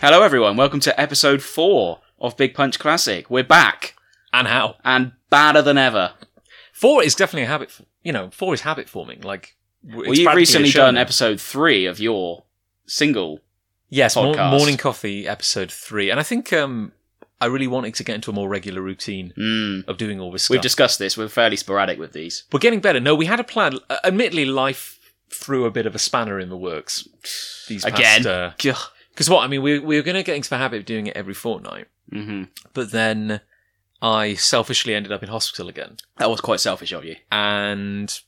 Hello, everyone. Welcome to episode four of Big Punch Classic. We're back And how? and badder than ever. Four is definitely a habit. f- You know, four is habit forming. Like, w- well, it's you've practically a recently show done now. episode three of your single. yes, mor- podcast. morning coffee episode three, and I think um, I really wanted to get into a more regular routine Mm. of doing all this stuff. We've discussed this. We're fairly sporadic with these. We're getting better. No, we had a plan. Uh, admittedly, life threw a bit of a spanner in the works. These uh, Again. because what I mean, we we were going to get into the habit of doing it every fortnight, Mm-hmm. hmm but then I selfishly ended up in hospital again. That was quite selfish of you. and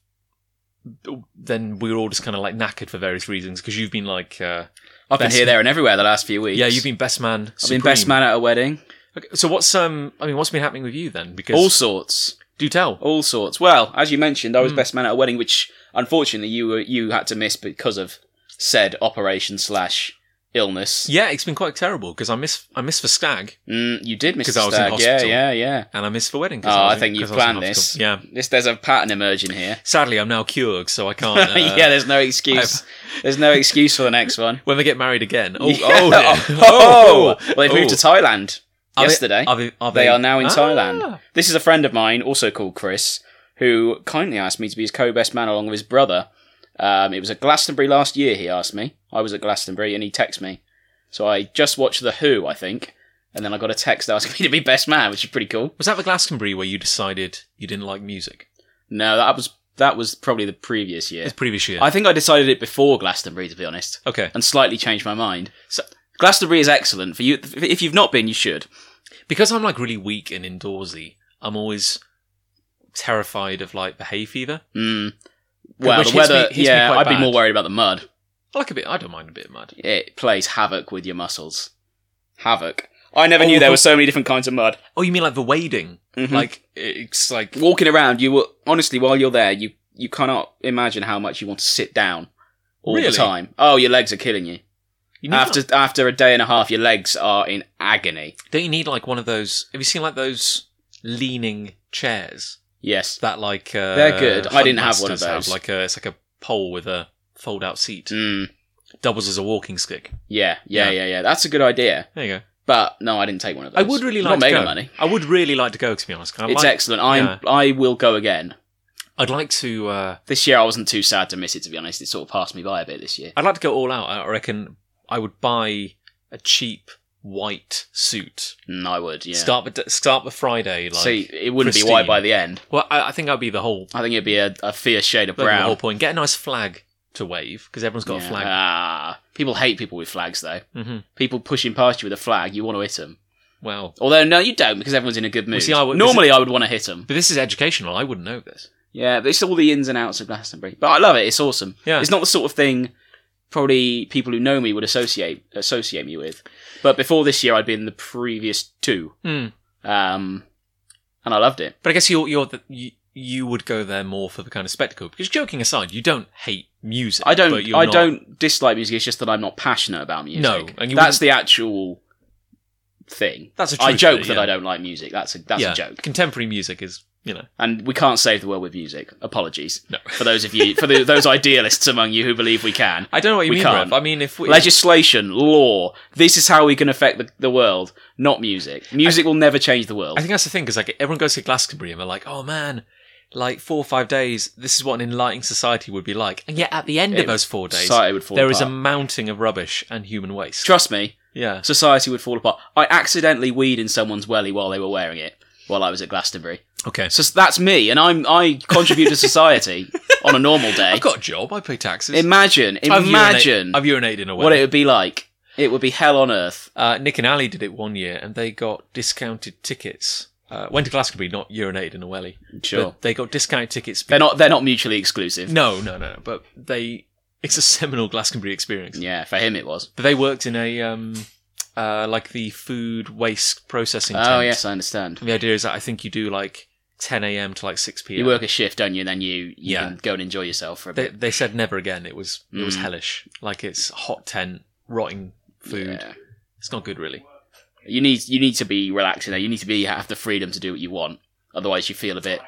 then we were all just kind of like knackered for various reasons because you've been like uh, I've been Best- here, there, and everywhere the last few weeks. yeah you've been best man I've supreme. been best man at a wedding. okay, so what's um i mean what's been happening with you then because All sorts. do tell All sorts. Well, as you mentioned, I was Mm. best man at a wedding, which unfortunately you were, you had to miss because of said operation slash illness. yeah it's been quite terrible because i miss i miss for stag Mm, you did miss 'Cause the I was in stag. hospital. Yeah, yeah, yeah. and i miss for wedding 'cause Oh, I was in- think you've 'cause I was in planned hospital. this. yeah This there's a pattern emerging here. sadly i'm now cured so i can't uh, yeah, there's no excuse. There's no excuse for the next one. when they get married again oh Yeah. oh, dear. Oh. well, they've moved oh. to Thailand Are they- yesterday. are they, are they are now in Ah. Thailand. This is a friend of mine, also called Chris, who kindly asked me to be his co-best man along with his brother. Um, it was at Glastonbury last year. He asked me. I was at Glastonbury, and he texted me. So I just watched the Who, I think, and then I got a text asking me to be best man, which is pretty cool. was that the glastonbury where you decided you didn't like music No, that was that was probably the previous year. it's previous year I think I decided it before Glastonbury, to be honest. okay and slightly changed my mind. So Glastonbury is excellent for you. If you've not been, you should. because I'm like really weak and indoorsy, I'm always terrified of like the hay fever. Mm. Well, Which the hits me- weather. hits me yeah, quite I'd be bad. more worried about the mud. I like a bit. I don't mind a bit of mud. It plays havoc with your muscles. Havoc. I never Oh, knew there the- were so many different kinds of mud. Oh, you mean like the wading? Mhm. Like it's like Walking around, you will honestly while you're there, you you cannot imagine how much you want to sit down all the Really? time. Oh, your legs are killing you. you need After like- after a day and a half, your legs are in agony. don't you need like one of those? Have you seen like those leaning chairs Yes. that like uh, They're good. I didn't have one of huntmasters those. like a it's like a pole with a fold out seat, Mm. doubles as a walking stick. Yeah, yeah, yeah, Yeah. yeah, That's a good idea. There you go. But no, I didn't take one of those. I would really Not like to mega go. money. I would really like to go to be honest. I It's might- excellent. I am I will go again. I'd like to. Uh, This year I wasn't too sad to miss it. To be honest, it sort of passed me by a bit this year. I'd like to go all out. I reckon I would buy a cheap white suit. Mm, I would. Yeah. Start with start with Friday. Like, See, it wouldn't be white pristine. by the end. well, I, I think that'd be the whole I think it'd be a, a fierce shade of that'd be the whole brown. point. Get a nice flag to wave because everyone's got Yeah. a flag. Ah, people hate people with flags though. hmm People pushing past you with a flag, you want to hit them. Well, Although no, you don't because everyone's in a good mood. see, I would- Normally, I would want to hit them. but this is educational. I wouldn't know this. Yeah, but it's all the ins and outs of Glastonbury. But I love it. It's awesome. Yeah. It's not the sort of thing probably people who know me would associate associate me with. But before this year, I'd been the previous two, Hmm. um, and I loved it. But I guess you're you're the, you you would go there more for the kind of spectacle. Because joking aside, you don't hate music. I But don't. you're I not- don't dislike music. It's just that I'm not passionate about music. No, and you that's the actual thing. That's a truth I joke though, that yeah. I don't like music. That's a that's Yeah. a joke. Contemporary music is you know And we can't save the world with music. Apologies no. for those of you for the, those idealists among you who believe we can. I don't know what you We mean. can't. Rev. I mean, if we legislation, law. This is how we can affect the, the world, not music. Music will never change the world. I think that's the thing because like everyone goes to Glastonbury and they're like, oh man, like four or five days, this is what an enlightened society would be like, and yet at the end It of those four days, there is society would fall apart. a mounting of rubbish and human waste. Trust me, yeah, society would fall apart. I accidentally weed in someone's welly while they were wearing it while I was at Glastonbury. okay. So So that's me, and I'm I contribute to society on a normal day. I've got a job. I pay taxes. Imagine, I've urinate- imagine I've urinated in a way. what it would be like. It would be hell on earth. uh, Nick and Ali did it one year, and they got discounted tickets. Uh, went to Glastonbury, not urinated in a welly. Sure, But they got discounted tickets. they're not they're not mutually exclusive. No, no, no, no. But they, it's a seminal Glastonbury experience. Yeah, for him it was. But they worked in a um, uh, like the food waste processing. Oh tent. yes, I understand. And the idea is that I think you do like 10 a.m. to like 6 p.m. You work a shift, don't you? And then you, you Yeah. can go and enjoy yourself for a They, bit. they said never again. It was it was Mm. hellish. Like it's hot tent, rotting food. Yeah. It's not good, really. You need you need to be relaxing. You need to be have the freedom to do what you want. Otherwise, you feel a bit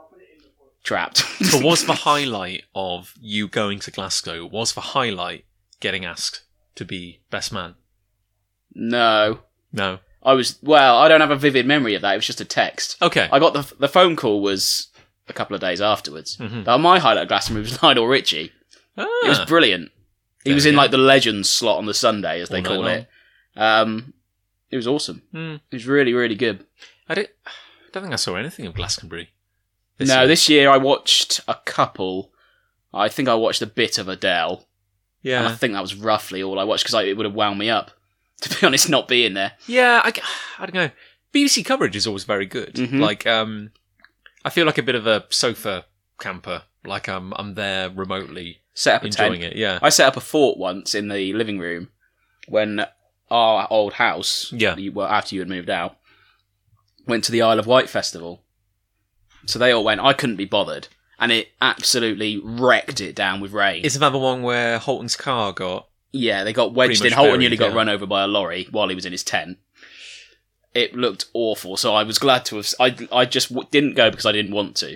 trapped. But was the highlight of you going to Glasgow? Was the highlight getting asked to be best man? No, No. I was well. I don't have a vivid memory of that. It was just a text. Okay. I got the the phone call was a couple of days afterwards. Mhm. But my highlight of Glastonbury was Lionel Richie. Ah. It was brilliant. He There was we in go. like the Legends slot on the Sunday, as they All night call long. it. Um, it was awesome. Hmm. It was really, really good. I don't, I don't think I saw anything of Glastonbury. no, year. this year I watched a couple. I think I watched a bit of Adele, and I Yeah. think that was roughly all I watched because it would have wound me up. To be honest, not being there. Yeah, I, I don't know. BBC coverage is always very good. Mhm. Like, um, I feel like a bit of a sofa camper. Like, I'm, I'm there remotely Set up a tent. enjoying it. Yeah. I set up a fort once in the living room when our old house, Yeah. you- well, after you had moved out, went to the Isle of Wight festival. So they all went. I couldn't be bothered, and it absolutely wrecked it down with rain. It's another one where Holton's car got. yeah, they got wedged Pretty in. much Holton buried, nearly got yeah. run over by a lorry while he was in his tent. It looked awful, so I was glad to have. I I just w- didn't go because I didn't want to.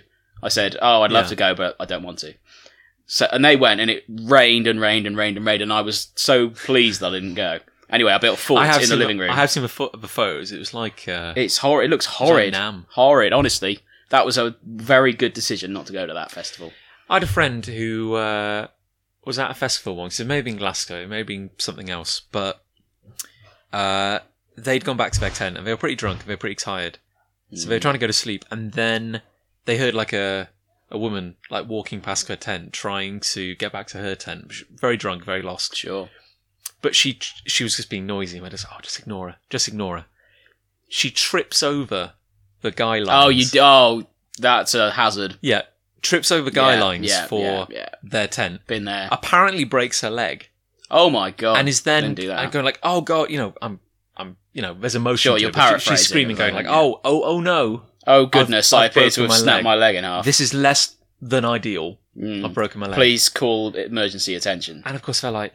I said, "Oh, I'd love Yeah. to go, but I don't want to." So and they went, and it rained and rained and rained and rained, and I was so pleased that I didn't go. Anyway, I built a fort I have in the seen living room. I have seen the, pho- the photos. It was like. Uh, it's horrid. It looks it was like horrid. Nam. horrid. Honestly, that was a very good decision not to go to that festival. I had a friend who uh, was at a festival once. It may have been Glasgow, it may have been something else, but uh, they'd gone back to their tent and they were pretty drunk and they were pretty tired. So Hmm. they were trying to go to sleep, and then they heard like a a woman like walking past her tent, trying to get back to her tent. She- Very drunk, very lost Mm, Sure. but she she was just being noisy. And I just oh, just ignore her, just ignore her. She trips over the guy lines. Oh, you. d- Oh, that's a hazard. yeah, trips over guy Yeah, lines yeah, for yeah, yeah. their tent. Been there. Apparently breaks her leg Oh my god! and is then didn't do that. and going like, oh god, you know, I'm I'm you know, there's emotion. Sure, to you're it, but she- She's paraphrasing screaming, it, going right, like, yeah. oh oh oh no, oh goodness! I've- i I've appear to have broken my snapped leg. my leg in half. this is less than ideal. Mm. I've broken my leg. Oh. Please call emergency attention. And of course they're like.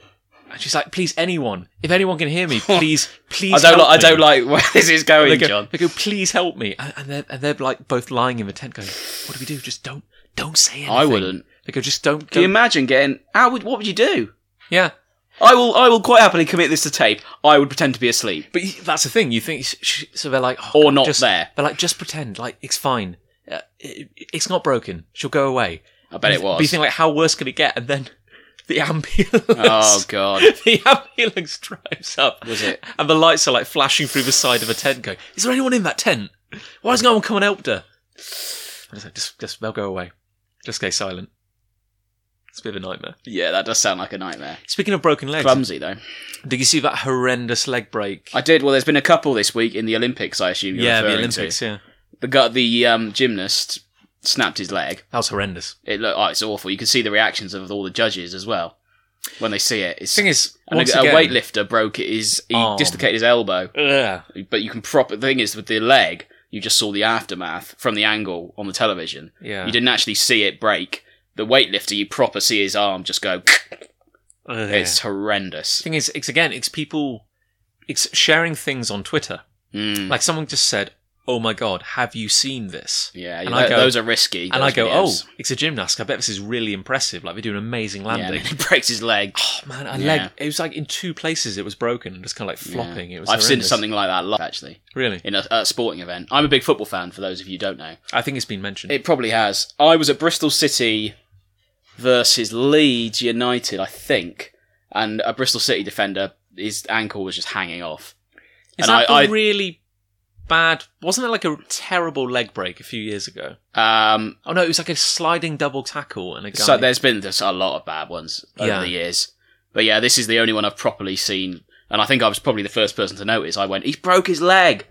And she's like, please, anyone, if anyone can hear me, please, please. I don't. Li- help I me." don't like where this is going, they go, John. They go, please help me. And, and, they're, and they're like both lying in the tent going, what do we do? Just don't, don't say anything. I wouldn't. They go, just don't. Can you don't. imagine getting? How would? What would you do? Yeah. I will. I will quite happily commit this to tape. I would pretend to be asleep. But you- that's the thing. You think, sh- sh- so they're like, oh, Or God, not just, there. They're like, just pretend. Like, it's fine. Uh, it, it's not broken. She'll go away. I bet it But you was. think like, how worse could it get? And then the ambulance. Oh god! the ambulance drives up. Was it? And the lights are like flashing through the side of a tent going, is there anyone in that tent? Why does no one come and help her? I was like, just, just, they'll go away. Just go silent. It's a bit of a nightmare. Yeah, that does sound like a nightmare. Speaking of broken legs, Clumsy though. did you see that horrendous leg break? I did. Well, there's been a couple this week in the Olympics. I assume. You're yeah, the referring Olympics, To. yeah. The gu- the um, gymnast snapped his leg. That was horrendous. It looked. Oh, it's awful. You can see the reactions of all the judges as well when they see it. uh, It's thing is, And once a, again, Oh. a weightlifter broke his. He Arm. dislocated his elbow, Ugh. but you can prop. The thing is, with the leg, you just saw the aftermath from the angle on the television. Yeah. You didn't actually see it break. The weightlifter, you proper see his arm just go. Ugh. It's horrendous. thing is, it's again, it's people, it's sharing things on Twitter. Mm. Like someone just said, oh my God, have you seen this? yeah, and tho- I go- those are risky. And I those go, videos. oh, it's a gymnast. I bet this is really impressive. Like, they do an amazing yeah, and oh, landing. then he breaks his leg. Oh, man, a Yeah. leg. It was like in two places it was broken and just kind of like flopping. It was. I've seen horrendous. something like that live actually Really, in a, a sporting event. I'm a big football fan. For those of you who don't know, I think it's been mentioned. It probably has. I was at Bristol City versus Leeds United, I think, and a Bristol City defender, his ankle was just hanging off. Is and that I- the really bad? Wasn't there like a terrible leg break a few years ago? Um, Oh no, it was like a sliding double tackle and a guy. so there's been there's a lot of bad ones over Yeah. the years, but yeah, this is the only one I've properly seen, and I think I was probably the first person to notice. I went, he's broke his leg,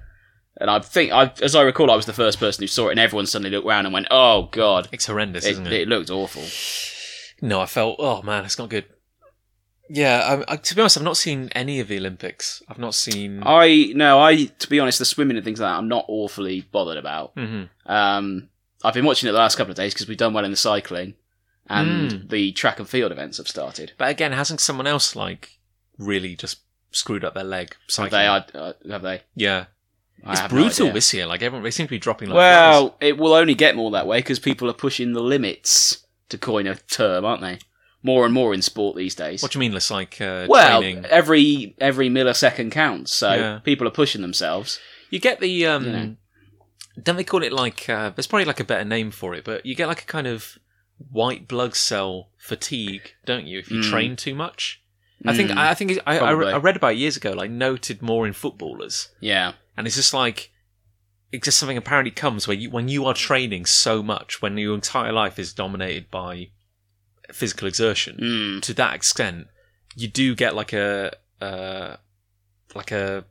and I think, I, as I recall, I was the first person who saw it, and everyone suddenly looked round and went, oh god, it's horrendous, it, isn't it? it looked awful. No, I felt. Oh man, it's not good. Yeah, I, I, to be honest, I've not seen any of the Olympics. I've not seen. I no, I to be honest, the swimming and things like that, I'm not awfully bothered about. Mhm. Um, I've been watching it the last couple of days because we've done well in the cycling, and Mm. the track and field events have started. But again, hasn't someone else like really just screwed up their leg? Have Cycling? they? I, uh, have they? yeah, I it's have no brutal idea. this year. Like everyone, they seem to be dropping like flies. well, it will only get more that way because people are pushing the limits, to coin a term, aren't they? more and more in sport these days. What do you mean? Less like uh, well, training. every every millisecond counts, so Yeah. people are pushing themselves. You get the um, You know. don't they call it like uh, there's probably like a better name for it, but you get like a kind of white blood cell fatigue, don't you? If you Mm. train too much, I think Mm, I I think it's- I, I, re- probably. I read about it years ago, like noted more in footballers, yeah, and it's just like it's just something apparently comes where you when you are training so much, when your entire life is dominated by physical exertion, mm, to that extent, you do get like a uh, like a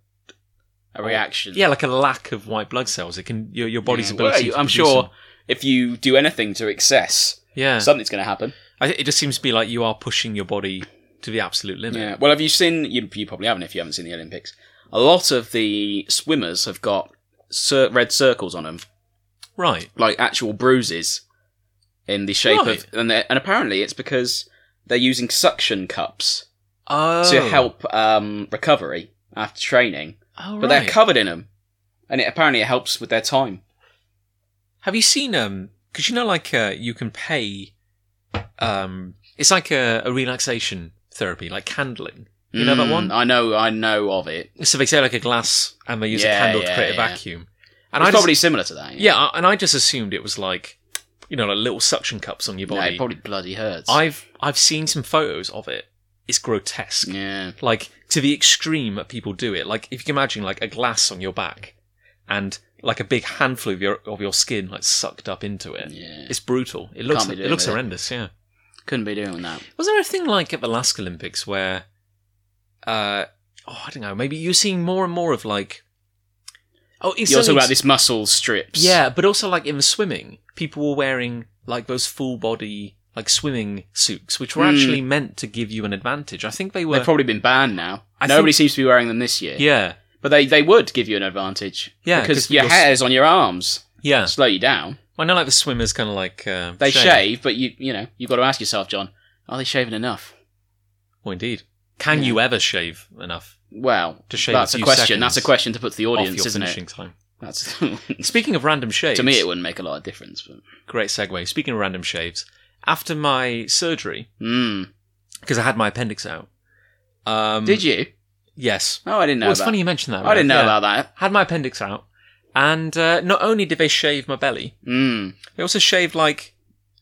a reaction. Oh, yeah, like a lack of white blood cells. It can your your body's Yeah, well, ability. you- to I'm produce sure- them. if you do anything to excess, Yeah, something's going to happen. I, it just seems to be like you are pushing your body to the absolute limit. Yeah. Well, have you seen? You, you probably haven't if you haven't seen the Olympics. A lot of the swimmers have got cir- red circles on them, Right. like actual bruises in the shape Right. of, and, they're- and apparently it's because they're using suction cups Oh, to help um, recovery after training, Oh, but right. they're covered in them, and it apparently it helps with their time. Have you seen um? Because you know, like uh, you can pay. Um, it's like a, a relaxation therapy, like candling. You know that Mm, one? I know, I know of it. So they say like a glass, and they use Yeah, a candle to yeah, create a yeah. vacuum. And And it's I just- probably similar to that. yeah, I- and I just assumed it was like, you know, like little suction cups on your No, body. it probably bloody hurts. I've I've seen some photos of it. It's grotesque. yeah, Like to the extreme that people do it. Like if you can imagine like a glass on your back and like a big handful of your of your skin like sucked up into it. yeah. It's brutal. It looks Can't be it doing looks with it. horrendous, yeah. Couldn't be doing that. Was there a thing like at the last Olympics where uh oh I don't know, maybe you're seeing more and more of like Oh, it's You're talking something- about this muscle strips. yeah, but also like in the swimming, people were wearing like those full body like swimming suits, which were Hmm. actually meant to give you an advantage. I think they were. They've probably been banned now. I Nobody seems to be wearing them this year. yeah, But they, they would give you an advantage. Yeah, Because 'cause your you're s- hair's on your arms. yeah. Slow you down. I know, like the swimmers, kind of like uh, They shave, but you you know, you've got to ask yourself, John, are they shaving enough? Well, indeed, can you ever shave enough Well, to shave? that's a, a few question. seconds That's a question to put to the off audience, your isn't finishing it? time. That's Speaking of random shaves, to me it wouldn't make a lot of difference, but great segue. Speaking of random shaves, after my surgery, mm. because I had my appendix out. Um, Did you? Yes. Oh I didn't know well, it's about funny you mentioned that. I didn't know Ralph, yeah. about that. had my appendix out, and uh, not only did they shave my belly, Mm. they also shaved like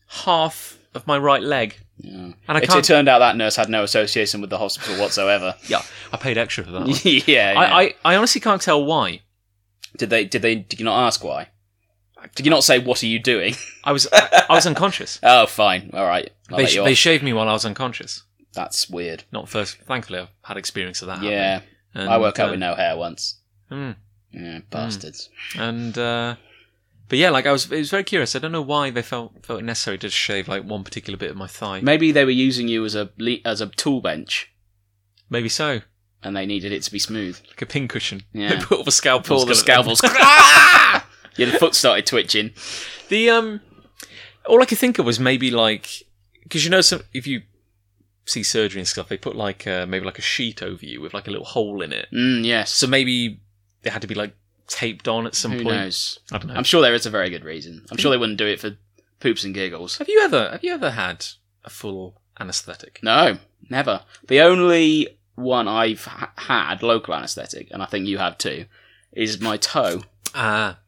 half of my right leg. Yeah. And I It, it can't. turned out that nurse had no association with the hospital whatsoever. yeah, I paid extra for that. One. yeah, yeah. Oh. I, I, I honestly can't tell why. Did they? Did they? Did you not ask why? Did you not say what are you doing? I was I, I was unconscious. oh, fine. All right. I'll They, let sh- you they off. shaved me while I was unconscious. That's weird. Not first. Thankfully, I've had experience of that. yeah, happening. I woke up with Ah, And, no hair once. uh, mm, Yeah, bastards. and uh, but yeah, like I was, it was very curious. I don't know why they felt felt it necessary to shave like one particular bit of my thigh. Maybe they were using you as a le- as a tool bench, Maybe so, and they needed it to be smooth. like a pincushion. Yeah. They put all the scalpels. Pull the kinda- scalpels. Ah! Your foot started twitching. The um, all I could think of was maybe like because you know some if you see surgery and stuff, they put like uh, maybe like a sheet over you with like a little hole in it. Mm, yes. So maybe they had to be like taped on at some Who point. knows? I don't know. I'm sure there is a very good reason. I'm sure they wouldn't do it for poops and giggles. have you ever have you ever had a full anaesthetic? No, never. The only one I've ha- had local anaesthetic, and I think you have too, is my toe. Ah,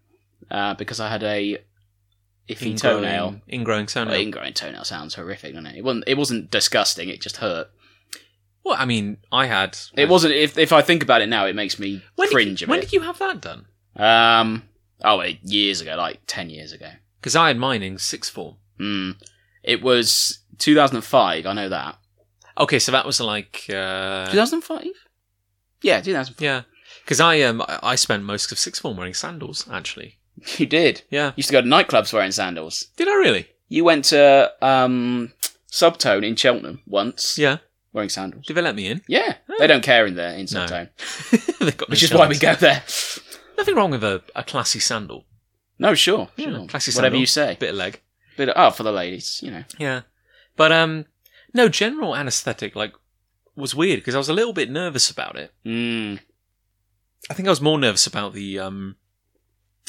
uh, because I had a iffy ingrowing toenail. ingrowing toenail. Well, ingrowing toenail sounds horrific, doesn't it? It wasn't. It wasn't disgusting. It just hurt. Well, I mean, I had. It wasn't. If if I think about it now, it makes me when cringe Did you, a when bit. did you have that done? Um. Oh, wait, years ago, like ten years ago. Because I had mine in sixth form. Hmm. It was 2005. I know that. Okay, so that was like uh, 2005. Yeah, 2005. yeah. Because I um I I spent most of sixth form wearing sandals actually. You did. Yeah. You used to go to nightclubs wearing sandals. Did I really? You went to um Subtone in Cheltenham once Yeah. wearing sandals. Did they let me in? Yeah, they don't care in there in No. Subtone, they got no which is why we chance. go there. Nothing wrong with a, a classy sandal. No, sure, Yeah, sure. classy Whatever sandal. you say. Bit of leg. Bit of, oh, for the ladies, you know. Yeah. But um no, general anesthetic like was weird because I was a little bit nervous about it. Mm. I think I was more nervous about the um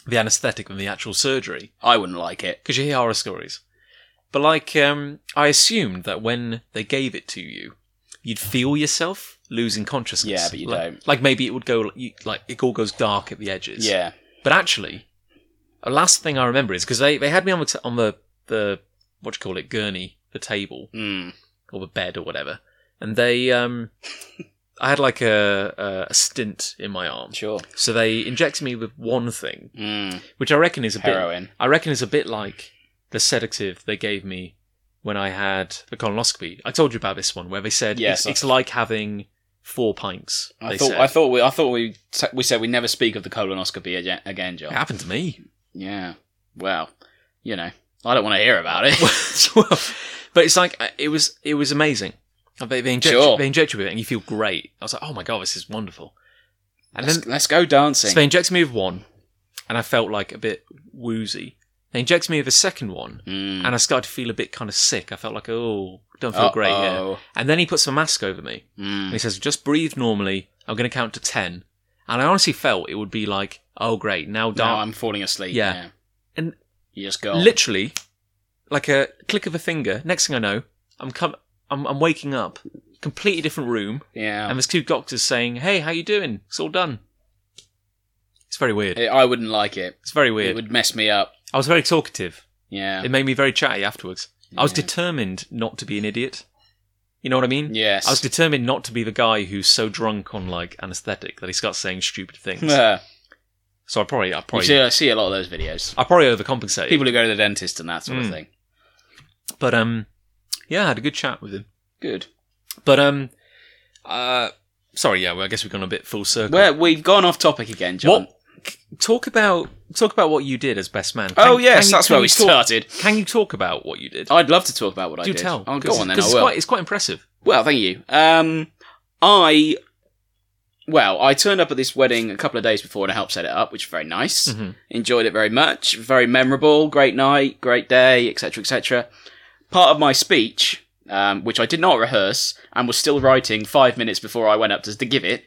the anesthetic than the actual surgery I wouldn't like it. because you hear horror stories. But like, um, I assumed that when they gave it to you, you'd feel yourself losing consciousness. Yeah, but you like, don't. Like maybe it would go you- like it all goes dark at the edges. Yeah. But actually, the last thing I remember is because they, they had me on the t- on the the what do you call it gurney, the table Mm. or the bed or whatever, and they um, I had like a, a a stint in my arm, Sure. so they injected me with one thing, Mm. which I reckon is a bit Heroin. I reckon it's a bit like the sedative they gave me when I had the colonoscopy. I told you about this one where they said Yes, it's, I- it's like having four pints. I they thought said. I thought we I thought we sa- we said we never speak of the colonoscopy again, again it John. happened to me. Yeah. Well, you know, I don't want to hear about it. Well, but it's like uh, it was it was amazing. They, they inject Sure. you, they inject you with it and you feel great. I was like, oh my god, this is wonderful. And let's, then let's go dancing. so they injected me with one, and I felt like a bit woozy. They injected me with a second one, Mm. and I started to feel a bit kind of sick. I felt like oh, don't feel great here. Uh-oh. And then he puts a mask over me. Mm. And he says, just breathe normally. I'm going to count to 10. And I honestly felt it would be like, oh, great. Now, Now dark. I'm falling asleep. Yeah. Yeah. And- you just go. Literally, like a click of a finger. Next thing I know, I'm, com- I'm, I'm waking up, completely different room. yeah. And there's two doctors saying, hey, how you doing? It's all done. It's very weird. It- I wouldn't like it. It's very It weird. would mess me up. I was very talkative. Yeah. It made me very chatty afterwards. I was Yeah. determined not to be an idiot. You know what I mean? yes. I was determined not to be the guy who's so drunk on like anesthetic that he starts saying stupid things. Yeah. So I probably, I You probably, see, I see a lot of those videos. I probably overcompensated. People who go to the dentist and that sort Mm. of thing. But um, yeah, I had a good chat with him. Good. But um, uh, sorry, yeah, well, I guess we've gone a bit full circle. Where we've gone off topic again, John. what? Talk about talk about what you did as best man. Can- Oh yes, can you- that's can where you we talk- started. Can you talk about what you did? I'd love to talk about what I Do did. tell. Oh, go 'cause- on then. 'cause I it's will. Quite, it's quite impressive. Well, thank you. Um, I well, I turned up at this wedding a couple of days before and I helped set it up, which was very nice. Mhm. Enjoyed it very much. Very memorable. Great night. Great day. Etc. Etc. Part of my speech, um, which I did not rehearse and was still writing five minutes before I went up to, to give it.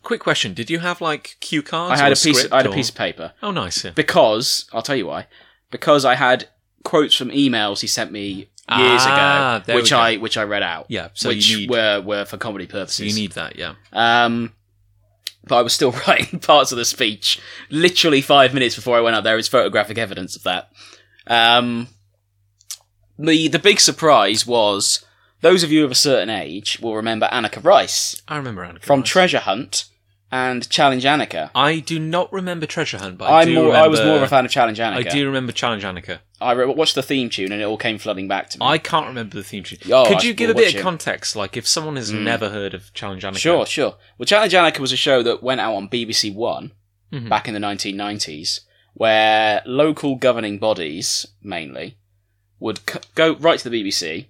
Quick question: Did you have like cue I cards? or had a piece. script I had a or- piece of paper. Oh, nice. Yeah. because I'll tell you why. Because I had quotes from emails he sent me years Ah, ago, there we which go. I which I read out, Yeah, so which you need were were for comedy so purposes. you need that. Yeah. um, but I was still writing parts of the speech literally five minutes before I went out. There is photographic evidence of that. Um, the the big surprise was those of you of a certain age will remember Annika Rice I remember Annika from Rice. Treasure Hunt and Challenge Annika. I do not remember Treasure Hunt, but I I'm do more, remember, I was more of a fan of Challenge Annika. Mm. I do remember Challenge Annika. I re- watched the theme tune and it all came flooding back to me. I can't remember the theme tune. Oh, Could I you will give a bit watch of it. context? Like, if someone has Mm. never heard of Challenge Annika, Sure, sure. Well, Challenge Annika was a show that went out on BBC One Mhm. back in the 1990s, where local governing bodies, mainly, would c- go right to the BBC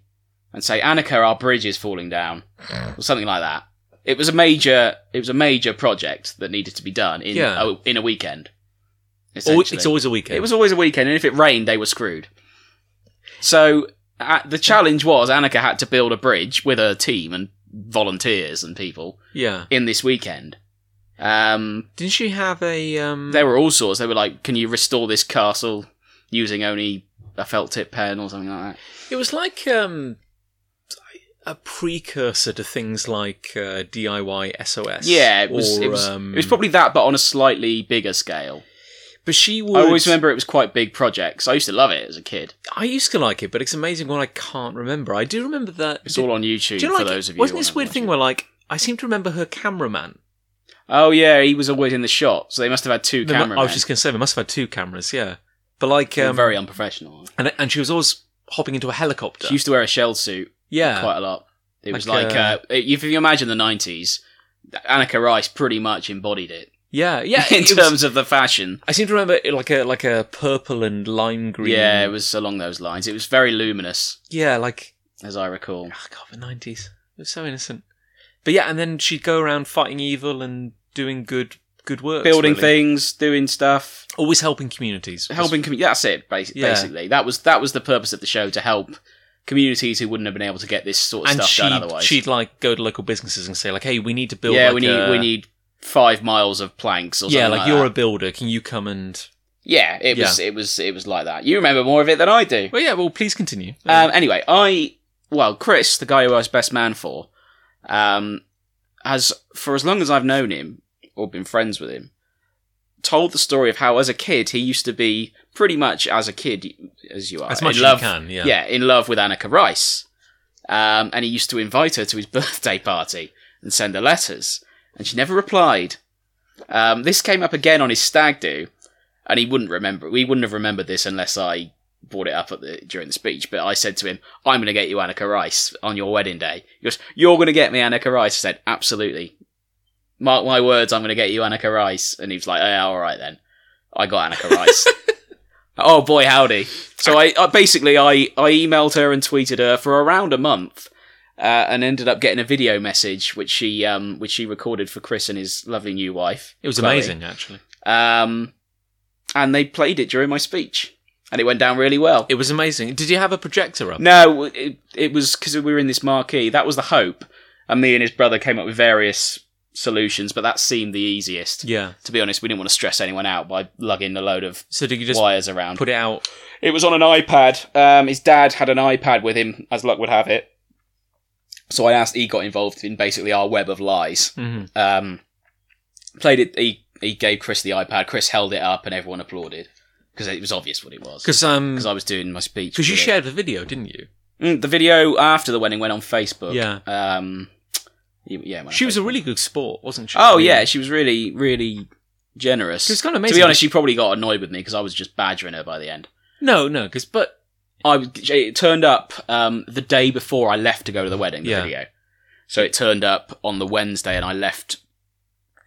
and say, "Annika, our bridge is falling down," or something like that. It was a major, it was a major project that needed to be done in Yeah. a, in a weekend. Al- essentially. it's always a weekend. It was always a weekend, and if it rained, they were screwed. So uh, the challenge was Annika had to build a bridge with her team and volunteers and people yeah. in this weekend. Um, Didn't she have a? Um, there were all sorts. They were like, "Can you restore this castle using only a felt tip pen or something like that?" It was like um, a precursor to things like uh, DIY SOS. Yeah, it was. or, it, was um, it was probably that, but on a slightly bigger scale. But she would. I always remember it was quite big projects. I used to love it as a kid. I used to like it, but it's amazing what I can't remember. I do remember that. It's all on YouTube do you know, for like, those of you. Wasn't who this wanna weird watch thing it. where like I seem to remember her cameraman? Oh yeah, he was always in the shot, so they must have had two They mu- cameras. I was just going to say they must have had two cameras, yeah. But like, um, very unprofessional. and and she was always hopping into a helicopter. She used to wear a shell suit yeah, quite a lot. It was Like, like, uh, if you imagine the nineties, Annika Rice pretty much embodied it yeah, yeah. in it was- terms of the fashion. I seem to remember it like a like a purple and lime green. Yeah, it was along those lines. It was very luminous, yeah, like as I recall. oh god, the nineties. It was so innocent. But yeah, and then she'd go around fighting evil and doing good good work, Building really. things, doing stuff, always helping communities, was- helping. commu- that's it, bas- Yeah. basically. That was that was the purpose of the show to help communities who wouldn't have been able to get this sort of And stuff she'd, done otherwise. she'd like go to local businesses and say like, hey, we need to build. yeah, like we need a- we need five miles of planks or Yeah, something like, like you're that. a builder. Can you come and Yeah, it was it was it was like that. You remember more of it than I do. Well, yeah. Well, please continue. Um, anyway, I well, Chris, the guy who I was best man for, um, has for as long as I've known him or been friends with him, told the story of how as a kid he used to be pretty much as a kid as you are as much in as love, you can. Yeah. yeah, in love with Annika Rice, um, and he used to invite her to his birthday party and send her letters, and she never replied. Um, this came up again on his stag do, and he wouldn't remember. We wouldn't have remembered this unless I brought it up at the, during the speech. But I said to him, "I'm going to get you Annika Rice on your wedding day." He goes, "You're going to get me Annika Rice." I said, "Absolutely." Mark my words, I'm going to get you Annika Rice. And he was like, "Yeah, all right then." I got Annika Rice. oh boy, howdy! So I, I basically I I emailed her and tweeted her for around a month. Uh, and ended up getting a video message which she um, which she recorded for Chris and his lovely new wife. It was Chloe. amazing, actually. Um, and they played it during my speech, and it went down really well. It was amazing. Did you have a projector up? no, it, it was because we were in this marquee. That was the hope, and me and his brother came up with various solutions, but that seemed the easiest. Yeah. To be honest, we didn't want to stress anyone out by lugging a load of So did you just wires around. put it out? It was on an iPad. Um, his dad had an iPad with him, as luck would have it. So I asked. He got involved in basically our web of lies. Mm-hmm. um, played it. He he gave Chris the iPad. Chris held it up, and everyone applauded because it was obvious what it was. Because um, Because I was doing my speech. because you with it. shared the video, didn't you? Mm, the video after the wedding went on Facebook. Yeah. Um. y- Yeah. it went on She was a Facebook. really good sport, wasn't she? Oh yeah, she was really really generous. It was kind of to amazing. be honest, she probably got annoyed with me because I was just badgering her by the end. no, no, because but I was- it turned up um, the day before I left to go to the wedding. The Yeah. video, so it turned up on the Wednesday, and I left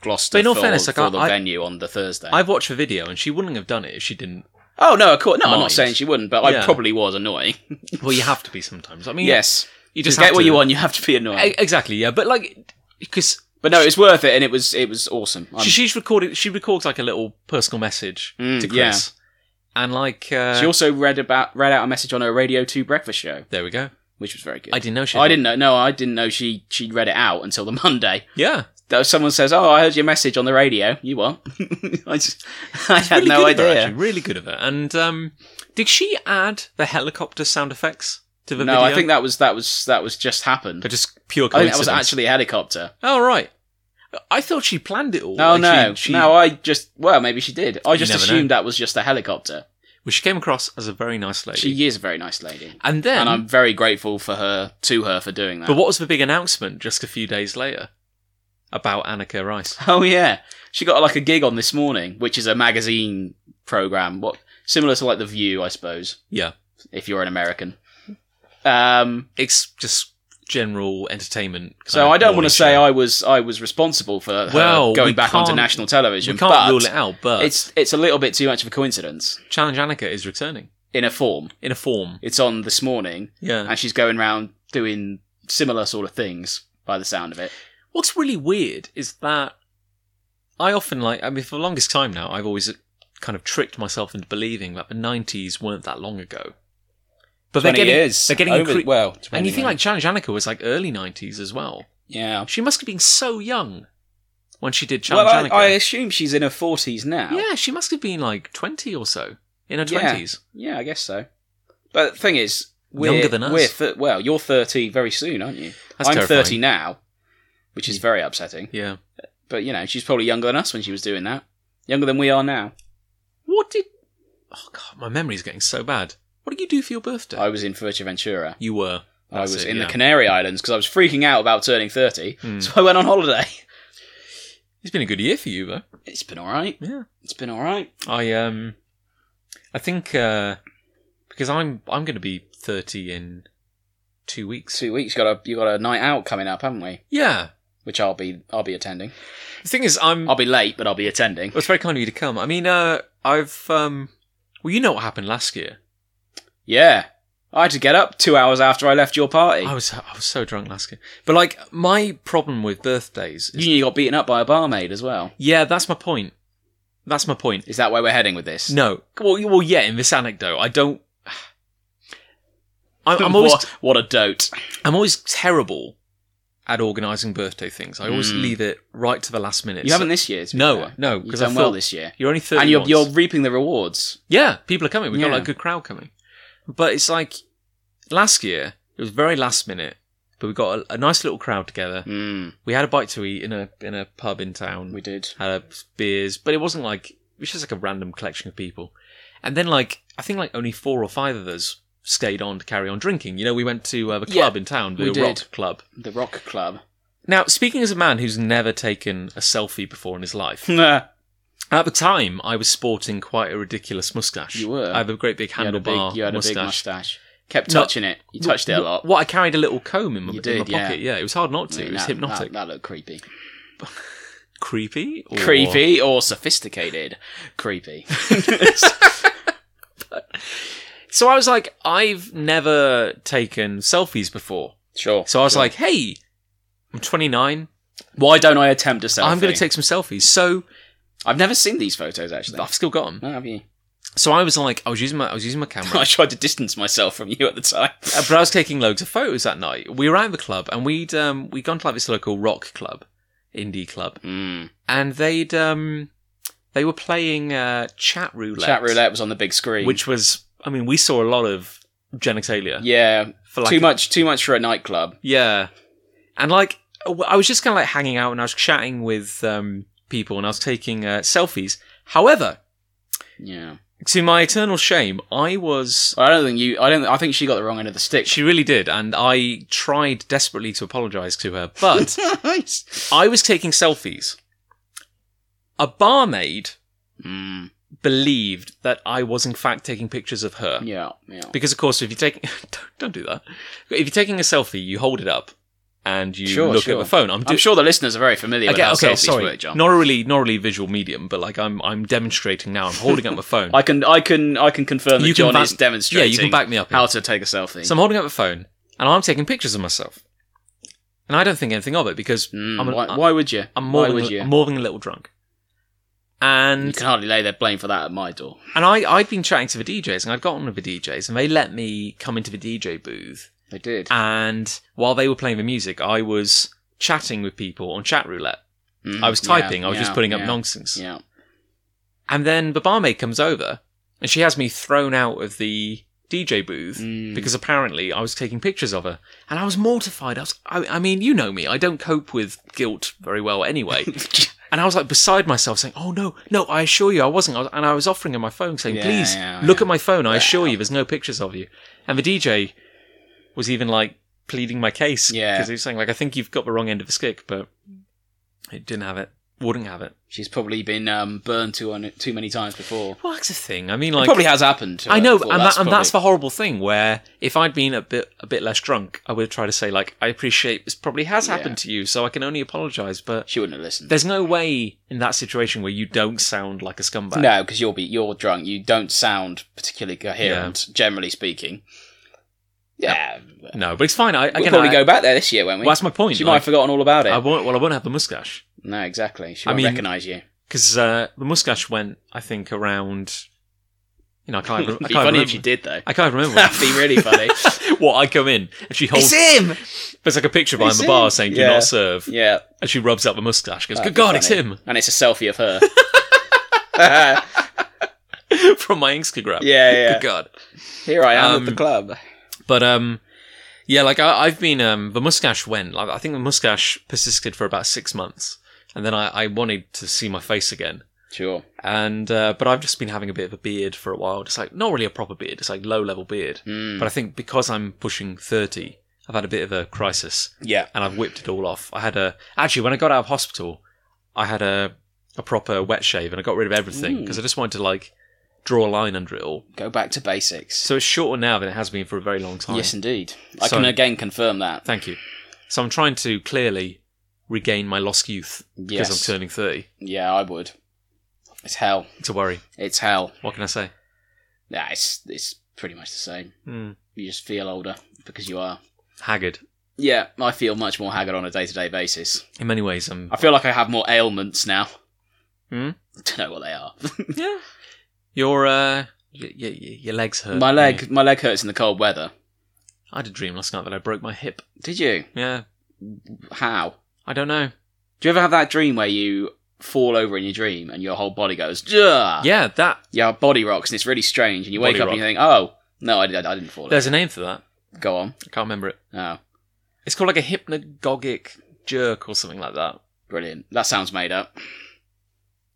Gloucester But in all for, fairness, like, for I- the I- venue on the Thursday. I've watched the video and she wouldn't have done it if she didn't. Oh no, of course. No, I'm not Mind. saying she wouldn't, but I Yeah. probably was annoying. Well, you have to be sometimes. I mean, yes, you you just just to get have what to. you want. You have to be annoying. E- Exactly, yeah. But like, because but no, it's worth it, and it was it was awesome. I'm- she, she's recorded, she records like a little personal message Um, Mm, to Chris, and like, uh, she also read about read out a message on her Radio Two breakfast show, there we go. which was very good. Oh, I didn't know she. I didn't know. No, I didn't know she she read it out until the Monday. Yeah, Though Someone says, "Oh, I heard your message on the radio." You what? I just I had really no good of her, idea. actually, really good of her. And um, did she add the helicopter sound effects to the no, video? I think that was that was that was just happened. Or just pure I think coincidence. that was actually a helicopter. Oh right, I thought she planned it all. Oh Like, no, she, she, no, I just well maybe she did. I You just never know. assumed that was just a helicopter. well, she came across as a very nice lady. She is a very nice lady, and then, and I'm very grateful for her to her for doing that. but what was the big announcement just a few days later about Annika Rice? Oh yeah, she got like a gig on this morning, which is a magazine program, what similar to like the View, I suppose. Yeah. if you're an American. Um, It's just general entertainment. kind so of I don't want morning to say show. I was I was responsible for her Well, we going back onto can't- national television, we but can't rule it out, but it's it's a little bit too much of a coincidence. Challenge Annika is returning In a form, in a form. it's on this morning, Yeah. and she's going round doing similar sort of things. By the sound of it, What's really weird is that I often like. I mean, for the longest time now, I've always kind of tricked myself into believing that the '90s weren't that long ago. But they're twenty getting, years. they're getting Over- incre- well, 20 and you think now. like Challenge Annika was like early '90s as well. yeah. She must have been so young when she did Well, I, Challenge Annika. I assume she's in her forties now. yeah, she must have been like 20 or so in her Yeah. 20s. Yeah, I guess so. But the thing is, we're, Younger than us. We're th- well, you're 30 very soon, aren't you? That's I'm terrifying. 30 now, which is very upsetting. Yeah. But you know, she's probably younger than us when she was doing that. Younger than we are now. What did? Oh god, my memory's getting so bad. What did you do for your birthday? I was in Fuerteventura. you were. I That's was it, in yeah. the Canary Islands because I was freaking out about turning 30. Hmm. So I went on holiday. It's been a good year for you though. It's been all right. Yeah. It's been all right. I um, I think uh, because I'm I'm going to be 30 in two weeks. Two weeks. You got a you got a night out coming up, haven't we? Yeah. Which I'll be I'll be attending. The thing is, I'm. I'll be late, but I'll be attending. Well, it's very kind of you to come. I mean, uh, I've um, well, you know what happened last year. Yeah. I had to get up two hours after I left your party. I was I was so drunk last year. But like my problem with birthdays You is nearly got beaten up by a barmaid as well. yeah, that's my point. That's my point. Is that where we're heading with this? No. Well, you- well, yeah. In this anecdote, I don't. I- I'm always what, what a dote. I'm always terrible at organising birthday things. I always Mm. leave it right to the last minute. You So- haven't this year. to be No, fair. no, you've 'cause I done well thought- this year, You're only thirty. and you're once. you're reaping the rewards. Yeah, people are coming. We've got Yeah. like a good crowd coming. But it's like last year, it was very last minute, but we got a, a nice little crowd together. Mm, We had a bite to eat in a in a pub in town. we We did. had a, beers, but it wasn't like it was just like a random collection of people. And then like I think like only four or five of us stayed on to carry on drinking. You know, we went to uh, the Yeah, club in town, the we did. rock club. The Rock Club. Now, speaking as a man who's never taken a selfie before in his life, you At the time, I was sporting quite a ridiculous mustache. You were. I have a great big had a handlebar big, you had a mustache. big mustache. Kept No. touching it. You touched it a lot. What I carried a little comb in my, You in my did, yeah. pocket. Yeah. it was hard not I to. mean, it was that- hypnotic. That, that looked creepy. Creepy. Or... Creepy or sophisticated? Creepy. So I was like, I've never taken selfies before. sure. So I was sure. like, hey, I'm 29. why don't I attempt a selfie? I'm going to take some selfies. So I've never seen these photos actually. I've still got them. No, have you? So I was like, I was using my, I was using I my camera. tried to distance myself from you at the time. Uh, but I was taking loads of photos that night. We were out of the club and we'd um, we'd gone to like this local rock club, indie club, Mm. and they'd um they were playing uh chat roulette Chat roulette was on the big screen. which was i mean we saw a lot of genitalia yeah, for like too much, too much for a nightclub. yeah and like i was just kind of like hanging out and i was chatting with um people and i was taking uh, selfies however Yeah, to my eternal shame i was Well, I don't think you. I don't. I think she got the wrong end of the stick. she really did and i tried desperately to apologize to her but Nice. i was taking selfies a barmaid Mm. believed that i was in fact taking pictures of her Yeah, yeah. Because of course, if you take don't, don't do that. If you're taking a selfie, you hold it up and you Sure, look sure. at the phone. I'm, I'm doing sure the listeners are very familiar with how selfies work, John. Not a really, not a really visual medium, but like I'm, I'm demonstrating now. I'm holding up my phone. I can, I can, I can confirm that You can John back- is yeah, demonstrating you can back me up. Here. how to take a selfie. So I'm holding up the phone and I'm taking pictures of myself, and I don't think anything of it because Mm, I'm, a, why, why would you? I'm more why than, would you? I'm more than a little drunk. You And can hardly lay their blame for that at my door. and I I'd been chatting to the DJs and I'd gotten with the DJs and they let me come into the DJ booth They did. and while they were playing the music, I was chatting with people on chat roulette. Mm, I was yeah, typing, I was just yeah, putting up yeah, nonsense. Yeah. And then the barmaid comes over and she has me thrown out of the DJ booth Mm. because apparently I was taking pictures of her. And I was mortified. I was I, I mean, you know me, I don't cope with guilt very well anyway. and I was like beside myself saying, "Oh no, no, I assure you I wasn't." I was, and I was offering her my phone saying, Yeah, "Please, yeah, look yeah. at my phone. I assure you there's no pictures of you." And the DJ was even like pleading my case Yeah. because he was saying like, "I think you've got the wrong end of the stick," but it didn't have it. Wouldn't have it. She's probably been um, burned too on too many times before. Well, that's the thing. I mean, it like, probably has happened. To her I know, before. and, that, and probably- that's the horrible thing. Where if I'd been a bit a bit less drunk, I would try to say like, "I appreciate this probably has Yeah. happened to you, so I can only apologize." But she wouldn't have listened. there's no way in that situation where you don't sound like a scumbag. No, because you'll be you're drunk. You don't sound particularly coherent, generally speaking. Yeah, No, but it's fine. I, we'll again, probably I, go back there this year, won't we? well, that's my point. she might have like, forgotten all about it. I won't. Well, I won't have the mustache no, exactly. She I won't mean- recognise you. because uh, the mustache went. I think around. You know, I can't. It'd I be can't funny remember. if you did though. I can't remember. That'd be really funny. what I come in and she holds. him. There's like a picture behind It's the bar him! saying "Do Yeah. not serve," Yeah, and she rubs up the mustache. Goes, That'd "Good be God, it's funny. him!" and it's a selfie of her. yeah, from my Instagram. yeah. Good God. Here I am Um, at the club. But um, yeah, like I, I've been um, the mustache went. Like I think the mustache persisted for about six months, and then I, I wanted to see my face again. Sure. And uh, but I've just been having a bit of a beard for a while. It's like not really a proper beard. It's like low level beard. Mm. But I think because I'm pushing thirty, I've had a bit of a crisis, Yeah. and I've whipped it all off. I had a actually when I got out of hospital, I had a a proper wet shave, and I got rid of everything Ooh. because I just wanted to like draw a line under it all. Go back to basics. So it's shorter now than it has been for a very long time. Yes, indeed. I So- can again confirm that. Thank you. So I'm trying to clearly regain my lost youth because Yes. I'm turning 30. Yeah, I would. It's hell. It's a worry. It's hell. What can I say? Yeah, it's it's pretty much the same. Hmm. You just feel older because you are. Haggard. Yeah, I feel much more haggard on a day to day basis. In many ways, I'm. I feel like I have more ailments now. Hmm? Don't know what they are. yeah. Your uh, y- y- y- your legs hurt. my don't leg, you? my leg hurts in the cold weather. I had a dream last night that I broke my hip. Did you? Yeah. How? I don't know. Do you ever have that dream where you fall over in your dream and your whole body goes, yeah, Yeah, that yeah, body rocks, and it's really strange, and you wake Body up rock. and you think, oh, no, I, I, I didn't fall. there's a name for that. over. Go on. I can't remember it. Oh, It's called like a hypnagogic jerk or something like that. brilliant. That sounds made up.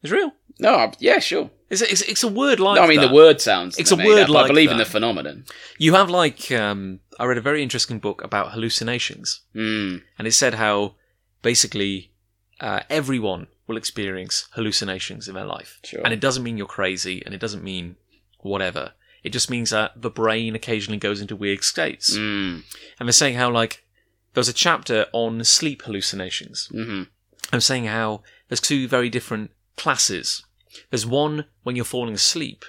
It's real. No, I- yeah, sure. It's it's, it's a word like. no, I mean that. the word sounds. It's a made word up, but I like believe in that. the phenomenon. You have like um, I read a very interesting book about hallucinations, Mm. and it said how basically uh, everyone will experience hallucinations in their life, Sure. and it doesn't mean you're crazy, and it doesn't mean whatever. It just means that the brain occasionally goes into weird states, Mm. and they're saying how like there's a chapter on sleep hallucinations. hmm I'm saying how there's two very different classes. There's one when you're falling asleep,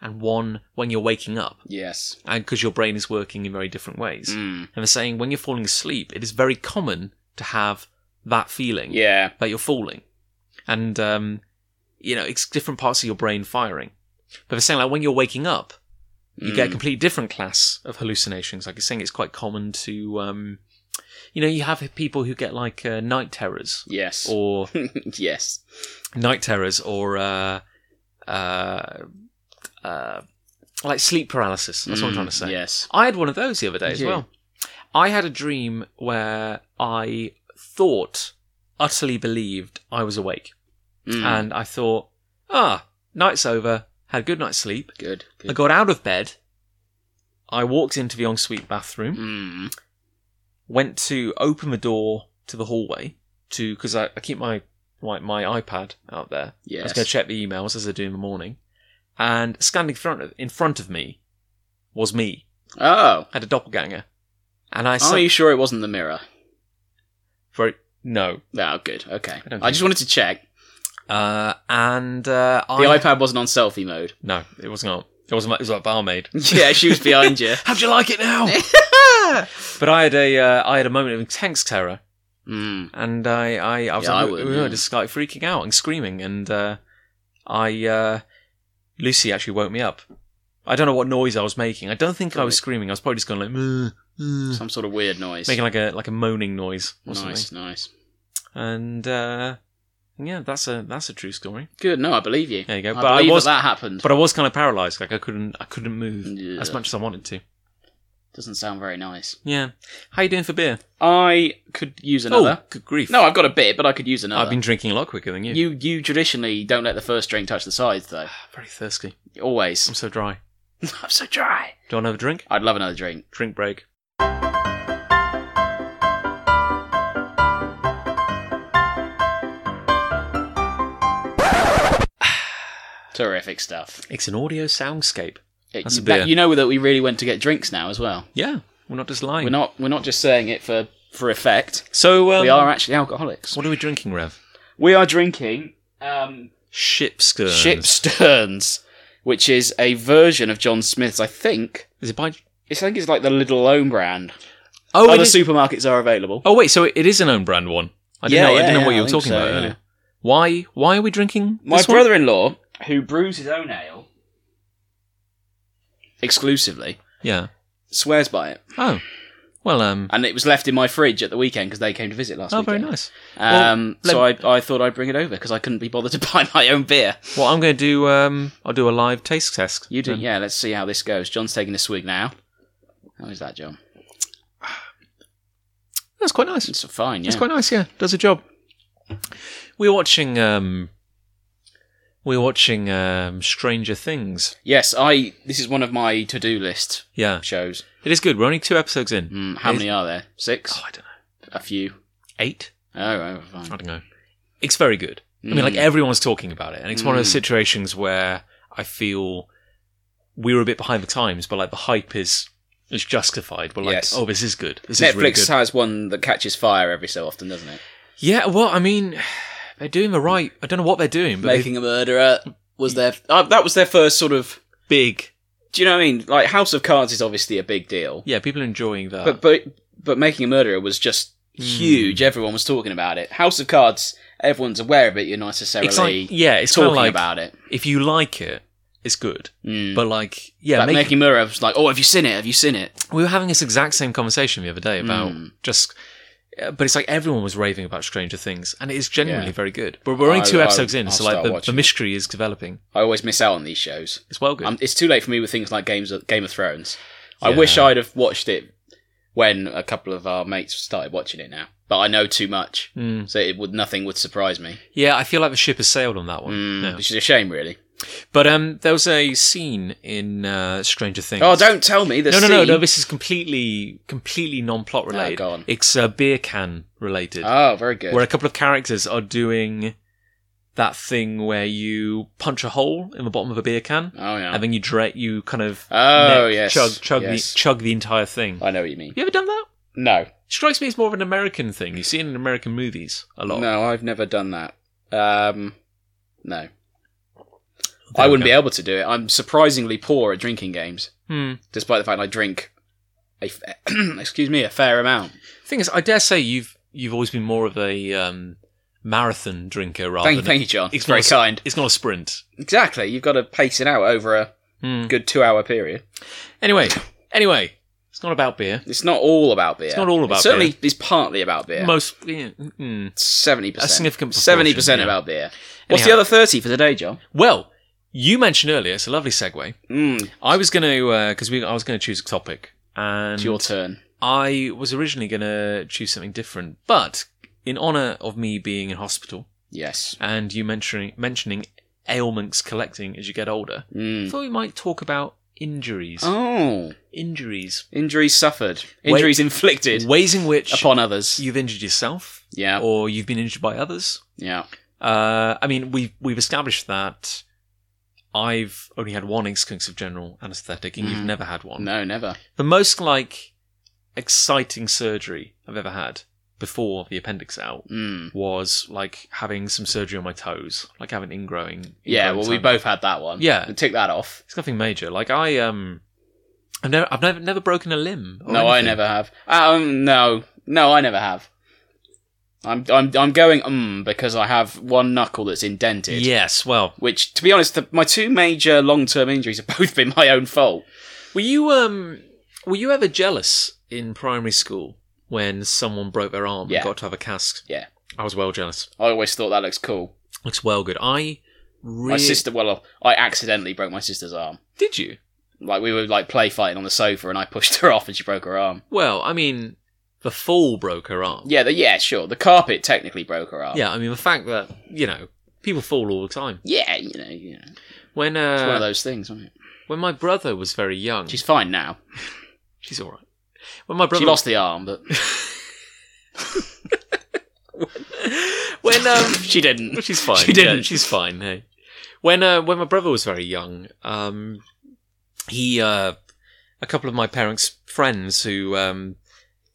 and one when you're waking up, Yes. and because your brain is working in very different ways. Mm. And they're saying when you're falling asleep, it is very common to have that feeling Yeah. that you're falling, and um, you know it's different parts of your brain firing. But they're saying like when you're waking up, you get a Mm. completely different class of hallucinations. Like you're saying, it's quite common to, um, you know, you have people who get like uh, night terrors Yes. or yes. night terrors or uh, uh, uh, like sleep paralysis. That's what I'm Mm, trying to say. Yes. I had one of those the other day Did as you? well. I had a dream where I thought, utterly believed I was awake, Mm. and I thought, ah, night's over. Had a good night's sleep. good. I good. got out of bed. I walked into the ensuite bathroom Mm. went to open the door to the hallway to because I, I keep my like my iPad out there. I was Yes. going to check the emails as I do in the morning, and standing in front of in front of me was me. Oh. I had a doppelganger, and I Are said, Oh, you sure it wasn't the mirror? very, "No," Oh, good. Okay. I don't I, think- just wanted to check. uh, and uh, The I iPad wasn't on selfie mode. no, it was not. It was my, it was like barmaid. yeah, she was behind you. How'd you like it now? but I had a uh, I had a moment of intense terror Mm. and I, I, I was Yeah, like, I would, "Ugh," yeah. just like freaking out and screaming, and uh, I, uh, Lucy actually woke me up. I don't know what noise I was making. I don't think I was Right. screaming. I was probably just going like, "Ugh, ugh," Some sort of weird noise. making like a like a moaning noise or nice, something. nice. And uh, yeah, that's a that's a true story. Good. No, I believe you. There you go. I but I believe was that, that happened. but I was kind of paralyzed. Like I couldn't I couldn't move Yeah. as much as I wanted to. Doesn't sound very nice. Yeah. How you doing for beer? I could use another. Oh, good grief! No, I've got a bit, but I could use another. I've been drinking a lot quicker than you. Ah, You you traditionally don't let the first drink touch the sides though. Very thirsty. Always. I'm so dry. I'm so dry. Do I want to have a drink? I'd love another drink. Drink break. Terrific stuff. It's an audio soundscape. It- That's a that- beer. you know that we really went to get drinks now as well. Yeah, we're not just lying. We're not we're not just saying it for for effect. So um, we are actually alcoholics. What are we drinking, Rev? We are drinking um, Ship Skirms. Ship Stearns, which is a version of John Smith's. I think Is it by? it's, I think it's like the Little Own brand. Oh, it Other is- supermarkets are available. oh wait, so it is an own brand one. I didn't Yeah, know. I yeah, didn't know yeah, what you I were think talking so, about yeah. earlier. Why? Why are we drinking? My this one? brother-in-law, who brews his own ale exclusively, Yeah. swears by it, Oh. Well. Um. and it was left in my fridge at the weekend because they came to visit last Oh, very weekend. nice. Um, Well, so I, I thought I'd bring it over because I couldn't be bothered to buy my own beer. Well, I'm going to do. Um. I'll do a live taste test. You do, then. yeah. Let's see how this goes. John's taking a swig now. How is that, John? That's quite nice. It's fine. Yeah. It's quite nice. Yeah, does a job. We were watching. Um. We were watching um, Stranger Things. Yes, I. This is one of my to-do list Yeah, shows. it is good. We're only two episodes in. Mm, how Is- many are there? Six. Oh, I don't know. A few. Eight? Oh, right, fine. I don't know. It's very good. I Mm. mean, like everyone's talking about it, and it's one of those Mm. situations where I feel we were a bit behind the times, but like the hype is is justified. We're like, Yes. oh, this is good. This Netflix is really good. has one that catches fire every so often, doesn't it? yeah. Well, I mean, they're doing the right. I don't know what they're doing, but Making a Murderer was their. Uh, that was their first sort of. they're big. Do you know what I mean? Like House of Cards is obviously a big deal, Yeah, people are enjoying that. but but but Making a Murderer was just Mm. huge. Everyone was talking about it. House of Cards, everyone's aware of it. You're not necessarily it's like, yeah, it's kind talking of like about it. if you like it, it's good. Mm. But like, yeah, Like, make- Making a Murderer was like, oh, have you seen it? Have you seen it? we were having this exact same conversation the other day about Mm. just uh, but it's like everyone was raving about Stranger Things, and it is genuinely Yeah. very good. But we're only I- two I- episodes in, I'll so like start the, the watching it. mystery is developing. I always miss out on these shows. It's well good. Um, it's too late for me with things like games of, Game of Thrones. I Yeah. wish I'd have watched it when a couple of our mates started watching it now, but I know too much, Mm. so it would nothing would surprise me. Yeah, I feel like the ship has sailed on that one. Mm, now. Which is a shame, really. But um, there was a scene in uh, Stranger Things. Oh, don't tell me the no, no, scene. Oh, no, no. This is completely, completely non-plot related. go on. It's uh, beer can related, Oh, very good. where a couple of characters are doing that thing where you punch a hole in the bottom of a beer can, oh yeah. and then you dra- you kind of oh neck yes. chug, chug yes. the chug the entire thing. I know what you mean. You ever done that? No, Strikes me as more of an American thing. You see it in American movies a lot. no, I've never done that. Um, no, There I we wouldn't go. be able to do it. I'm surprisingly poor at drinking games, Hmm. despite the fact I drink a f- excuse me a fair amount. Thing is, I dare say you've you've always been more of a um, marathon drinker rather Thank you, than thank you, John. it's It's very nice. kind. it's not a sprint. Exactly. You've got to pace it out over a Hmm. good two-hour period. Anyway, anyway, it's not about beer. It's not all about beer. It's not all about certainly it's partly about beer. Most yeah, mm. Seventy percent. A significant proportion, Seventy percent yeah. about beer. What's Anyhow. the other thirty for today, John? well, you mentioned earlier. It's a lovely segue. Mm, I was gonna because we I was gonna choose a topic, and it's your turn. I was originally gonna choose something different, but in honor of me being in hospital Yes. and you mentioning mentioning ailments collecting as you get older, I Mm. thought we might talk about injuries. Oh, Injuries, injuries suffered. Injuries inflicted ways in which upon others. you've injured yourself Yeah. or you've been injured by others. Yeah. Uh, I mean, we've we've established that I've only had one instance of general anaesthetic, and you've Mhm. never had one. No, never. The most like exciting surgery I've ever had before the appendix out Mm. was like having some surgery on my toes, like having ingrowing. Yeah. ingrowing Well, we time. both had that one. Yeah. We took that off. It's nothing major. Like I um, I've never I've never, never broken a limb. or No, I Oh, anything. never have. Um, no, no, I never have. I'm, I'm, I'm going um because I have one knuckle that's indented. Yes. Well, Which, to be honest, the, my two major long-term injuries have both been my own fault. were you um, were you ever jealous in primary school when someone broke their arm Yeah. and got to have a cast? Yeah. I was well jealous. I always thought that looks cool. Looks well good. I My really sister, well, I accidentally broke my sister's arm. did you. Like we were like play fighting on the sofa, and I pushed her off, and she broke her arm. Well, I mean, the fall broke her arm. Yeah, the, yeah, sure. The carpet technically broke her arm. Yeah, I mean the fact that you know people fall all the time. yeah, you know, you know it's When one uh, of those things. Isn't it? when my brother was very young, She's fine now. she's all right. When my brother She lost the arm, but when um, she didn't. she's fine. She didn't. Yeah, she's fine. Hey, when uh, when my brother was very young, um, he uh, a couple of my parents' friends who um,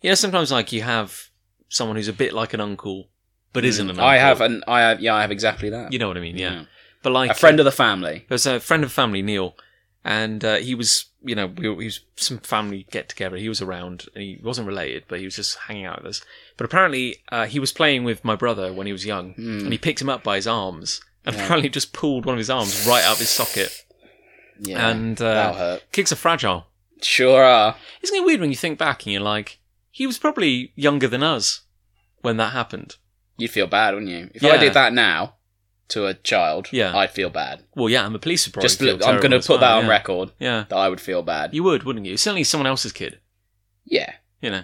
you know sometimes like you have someone who's a bit like an uncle but isn't an uncle. Mm. I have an I have yeah I have exactly that. You know what I mean? Yeah. But like a friend of the family. There was a friend of family, Neil, and uh, he was, you know, we were, he was some family get together. He was around, and he wasn't related, but he was just hanging out with us. But apparently, uh, he was playing with my brother when he was young, Hmm. and he picked him up by his arms, and Yeah. apparently just pulled one of his arms right out of his socket, Yeah, and that'll uh, hurt. kicks are fragile. Sure are. Isn't it weird when you think back and you're like, he was probably younger than us when that happened? You'd feel bad, wouldn't you? If Yeah. I did that now to a child, Yeah. I'd feel bad. Well, yeah, and the police would probably. Just feel look, I'm going terrible to as put well, that on yeah. record Yeah, that I would feel bad. you would, wouldn't you? Certainly, someone else's kid. yeah, You know.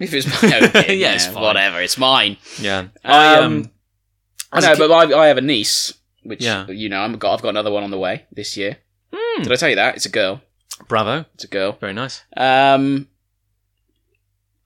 if it's my own kid, Yeah, yeah, it's fine. whatever, it's mine. Yeah. I, I, um, um, I as a know, kid- but I, I have a niece, which Yeah. you know, I've got I've got another one on the way this year. Hmm. Did I tell you that? It's a girl. Bravo. It's a girl. Very nice. Um,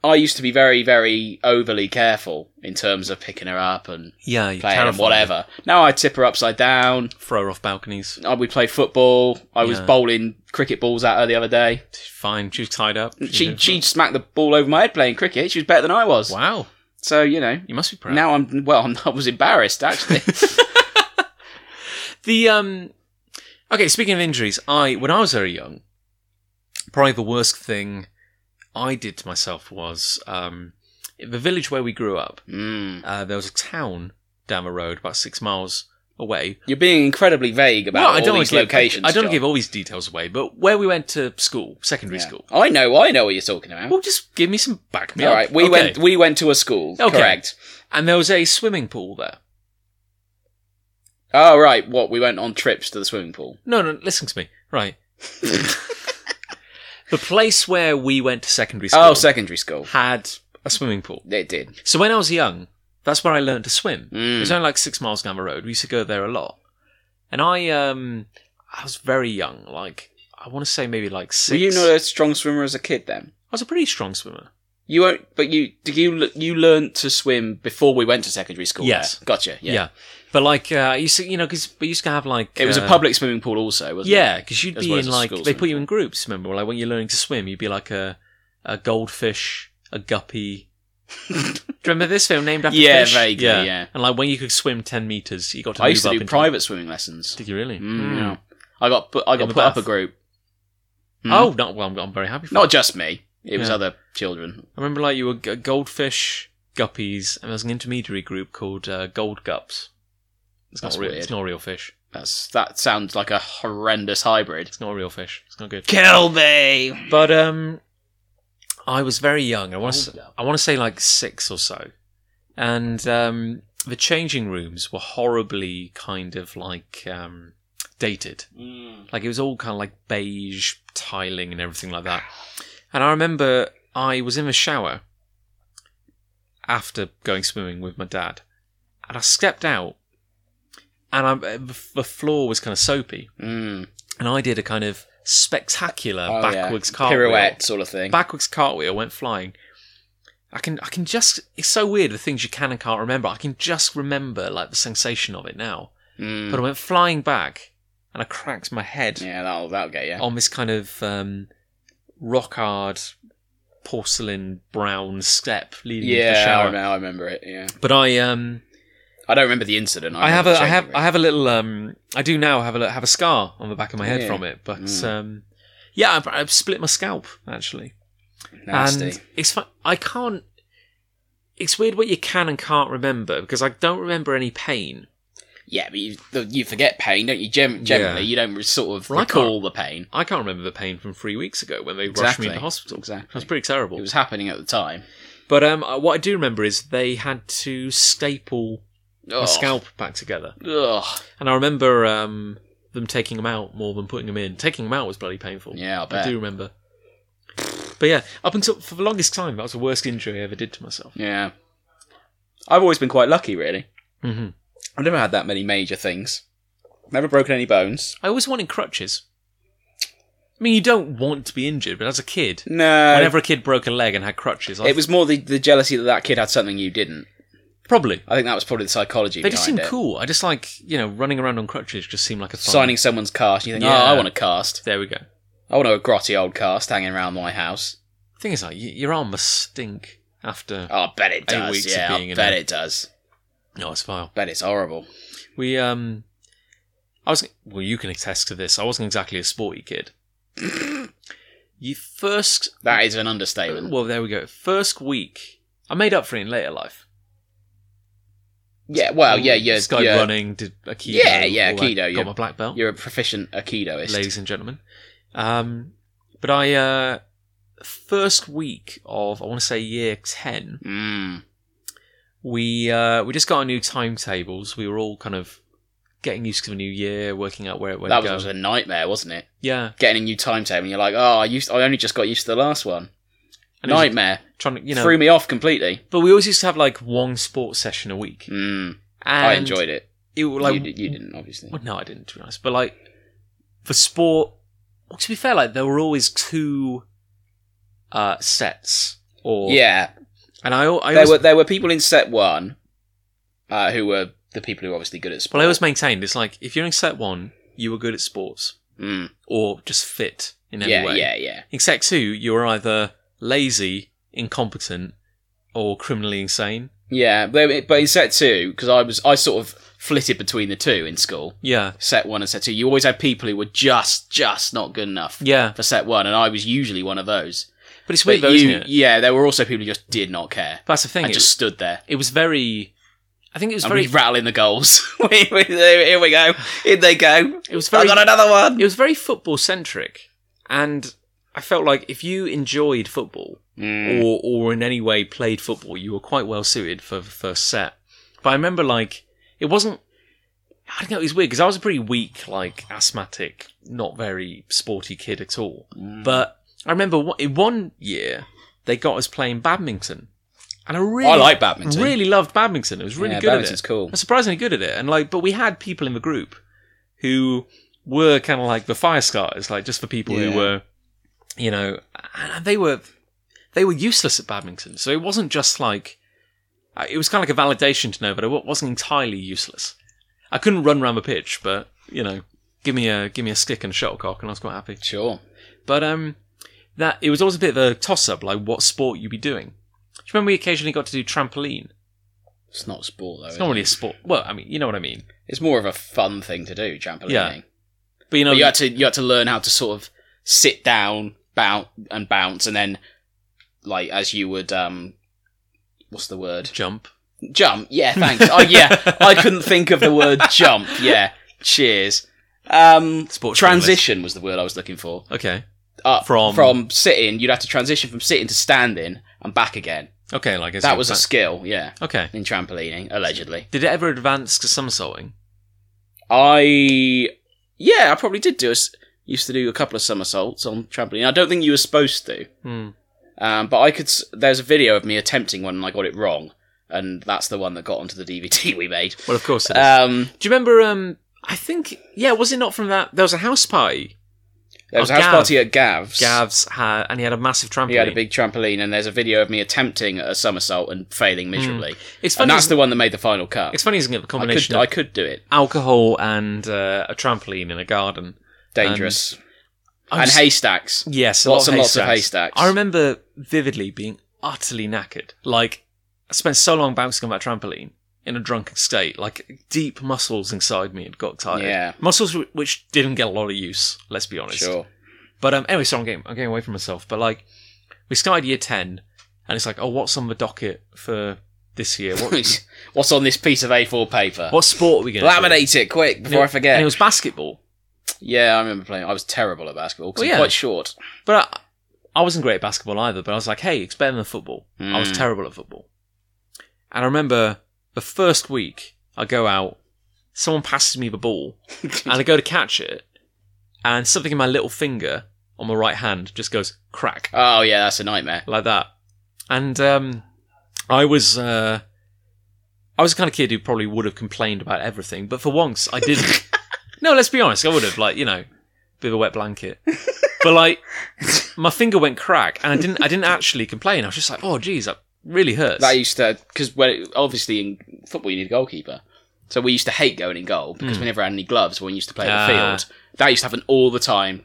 I used to be very, very overly careful in terms of picking her up and Yeah, you playing and whatever. Now I tip her upside down. Throw her off balconies. I would play football. I was Yeah. bowling cricket balls at her the other day. She's Fine. She was tied up. She didn't- she smacked the ball over my head playing cricket. She was better than I was. Wow. So you know You must be proud. now I'm well. I'm, I was embarrassed actually. the um. Okay, speaking of injuries, I when I was very young, probably the worst thing I did to myself was um, in the village where we grew up. mm, Uh, there was a town down the road, about six miles away. You're being incredibly vague about all wanna these give- locations. I don't John. give all these details away, but where we went to school, secondary Yeah. school. I know, I know what you're talking about. Well, just give me some back me all up. right, we Okay. went we went to a school, Okay. correct? and there was a swimming pool there. Oh right, what we went on trips to the swimming pool. No, no, listen to me. Right. the place where we went to secondary school Oh, secondary school. had a swimming pool. It did. So when I was young, that's where I learned to swim. It was Mm. only like six miles down the road. We used to go there a lot. And I um I was very young, like I want to say maybe like six. Were you not a strong swimmer as a kid then? I was a pretty strong swimmer. You weren't, but you did you l- you learned to swim before we went to secondary school. Yes. there? gotcha. Yeah. Yeah. But like uh, I used to, you know, because we used to have like it was a uh, public swimming pool also, wasn't it? Yeah, because you'd As be well as in a like school they put you swim. in groups. Remember, like when you're learning to swim, you'd be like a a goldfish, a guppy. Do you remember this film named after Yeah, fish? vaguely, yeah. And like when you could swim ten meters, you got to I move used to up do into- private swimming lessons. Did you really? Mm, Mm. yeah. I got put, I got the put up a bath. group. Mm. Oh, no, well, I'm, I'm very happy. For Not Not. just me. It was Yeah. other children. I remember like you were g- goldfish, guppies, and there was an intermediary group called uh, gold gups. It's not That's real. weird. It's not a real fish. That's that sounds like a horrendous hybrid. It's not a real fish. It's not good. Kill me. But um, I was very young. I want Gold to. gup. I want to say like six or so, and um, the changing rooms were horribly kind of like um, dated. Mm. Like it was all kind of like beige tiling and everything like that. And I remember I was in the shower after going swimming with my dad, and I stepped out, and I, uh, the the floor was kind of soapy, Mm. and I did a kind of spectacular Oh, yeah. backwards cartwheel Pirouette sort of thing. backwards cartwheel went flying. I can I can just it's so weird the things you can and can't remember. I can just remember like the sensation of it now. Mm. But I went flying back and I cracked my head Yeah, that'll that'll get you. on this kind of um, rock hard porcelain brown step leading into the yeah, I shower. remember, I remember it. Yeah, But I um I don't remember the incident. I, I have remember a the I have changing I have a little um I do now have a li- have a scar on the back of my head Yeah. from it. But Mm. um yeah, I've, I've split my scalp actually. room. nasty. And it's fun. I can't. It's weird what you can and can't remember because I don't remember any pain. yeah, but you, the- you forget pain, don't you? Gen- generally, you don't re- sort of Well, I can't- recall the pain. I can't remember the pain from three weeks ago when they rushed me Exactly. into hospital. That was Exactly. pretty terrible. It was happening at the time. But um, I- what I do remember is they had to staple my Ugh. scalp back together, Ugh. and I remember um, them taking them out more than putting them in. Taking them out was bloody painful. Yeah, I I bet. do remember. But yeah, up until for the longest time, that was the worst injury I ever did to myself. Yeah. I've always been quite lucky, really. Mm-hmm. hmm I've never had that many major things. Never broken any bones. I always wanted crutches. I mean, you don't want to be injured, but as a kid, No. whenever a kid broke a leg and had crutches, I It was more the, the jealousy that that kid had something you didn't. probably I think that was probably the psychology they behind just seemed it. cool. I just like you know running around on crutches just seemed like a fun. Signing someone's cast, and you think, Yeah. oh, I want a cast. There we go. I want a grotty old cast hanging around my house. Thing is, like y- your arm must stink after. Oh, I bet it Eight does. weeks of yeah, I being in bet a- it does. No, it's vile. Bet it's horrible. We um, I was well. You can attest to this. I wasn't exactly a sporty kid. you first That is an understatement. well, there we go. First week, I made up for it in later life. Yeah, well, yeah, yeah, Sky yeah. running, did aikido. Yeah, yeah, all that. aikido, yeah. Got my black belt. You're a proficient aikidoist. ladies and gentlemen. Um, but I uh, first week of I want to say year ten, Mm. we uh, we just got our new timetables. We were all kind of getting used to the new year, working out where it went. That go. was, was a nightmare, wasn't it? yeah, Getting a new timetable, and you're like, oh, I used, I only just got used to the last one. and it was nightmare. trying to you know. Threw me off completely. But we always used to have like one sports session a week. Mm. And I enjoyed it. it. were, Like, you, di- you didn't, obviously. Well, no, I didn't. To be honest, but like for sport, well, to be fair, like there were always two uh, sets. Or Yeah, and I, al- I there always were there were people in set one uh, who were the people who were obviously good at sport. Well, I always maintained it's like if you're in set one, you were good at sports Mm. or just fit in any Yeah, way. yeah, yeah. In set two, you were either lazy, incompetent, or criminally insane. Yeah, but, but in set two, because I was I sort of flitted between the two in school, Yeah, set one and set two. You always had people who were just just not good enough yeah. for set one, and I was usually one of those. But it's weird but though, you, isn't it? yeah, there were also people who just did not care That's the thing. and It, just stood there. it was very I think it was And very. we rattle in the goals. We- we- Here we go. In they go. it was very. I got another one. It was very football centric, and I felt like if you enjoyed football Mm. or or in any way played football, you were quite well suited for the first set. But I remember like it wasn't. I don't know. It was weird because I was a pretty weak, like asthmatic, not very sporty kid at all. Hmm. But I remember one- in one year they got us playing badminton, and I really I like badminton. really loved badminton. It was really yeah, good at it. badminton's cool. I'm surprisingly good at it. And like, but we had people in the group who were kind of like the fire starters, like just for people Yeah. who were, you know, and they were they were useless at badminton. So it wasn't just like uh, it was kind of like a validation to know that I wa- wasn't entirely useless. I couldn't run around the pitch, but you know, give me a give me a stick and a shuttlecock, and I was quite happy. Sure. But um, that it was always a bit of a toss up, like what sport you'd be doing. Do you remember we occasionally got to do trampoline? It's not sport though. It's is not it? really a sport. Well, I mean, you know what I mean. It's more of a fun thing to do, trampolining. Yeah. But you know, But you had to you had to learn how to sort of sit down, bounce and bounce, and then like as you would um, what's the word? jump. Jump. Yeah, thanks. oh yeah, I couldn't think of the word jump. Yeah. Cheers. Um, Sports transition was the word I was looking for. Okay. Up From- from sitting, you'd have to transition from sitting to standing and back again. Okay, like it's that like was a skill, yeah, okay. in trampolining, allegedly. Did it ever advance to somersaulting? I yeah, I probably did do. a s used to do a couple of somersaults on trampoline. I don't think you were supposed to, Hmm. um, but I could. s- There's a video of me attempting one, and I got it wrong, and that's the one that got onto the DVD we made. Well, of course it is. Um, Do you remember? Um, I think yeah. Was it not from that? There was a house party. there was Oh, a house Gav. party at Gav's. Gav's had, and he had a massive trampoline. He had a big trampoline, and there's a video of me attempting a somersault and failing miserably. Hmm. It's funny. And that's Isn't, the one that made the final cut. it's funny, isn't it? I The combination could, I of could do it. alcohol and uh, a trampoline in a garden. Dangerous. I'm and s- haystacks. Yes, a Lots lot and lots of haystacks. I remember vividly being utterly knackered. Like I spent so long bouncing on that trampoline in a drunken state. Like deep muscles inside me had got tired. Yeah. muscles wh- which didn't get a lot of use. Let's be honest. Sure. But um, anyway, so I'm getting I'm getting away from myself. But like, we started year ten, and it's like, oh, what's on the docket for this year? What What's on this piece of A4 paper? what sport are we going to Laminate it quick before I forget. And it was basketball. Yeah, I remember playing. I was terrible at basketball because Well, I'm Oh, yeah. quite short. But I, I wasn't great at basketball either, but I was like, hey, it's better than football. I was Mm. terrible at football. And I remember the first week I go out, someone passes me the ball, and I go to catch it, and something in my little finger on my right hand just goes crack Oh yeah, that's a nightmare. like that. And um, I was uh, I was the kind of kid who probably would have complained about everything, but for once I didn't. no, let's be honest, I would have like you know, bit of a wet blanket. But like, my finger went crack, and I didn't I didn't actually complain. I was just like, oh geez, that really hurts. That used to because when obviously in football you need a goalkeeper, so we used to hate going in goal because we never had any gloves when we used to play in the Hmm. Ah. field. That used to happen all the time.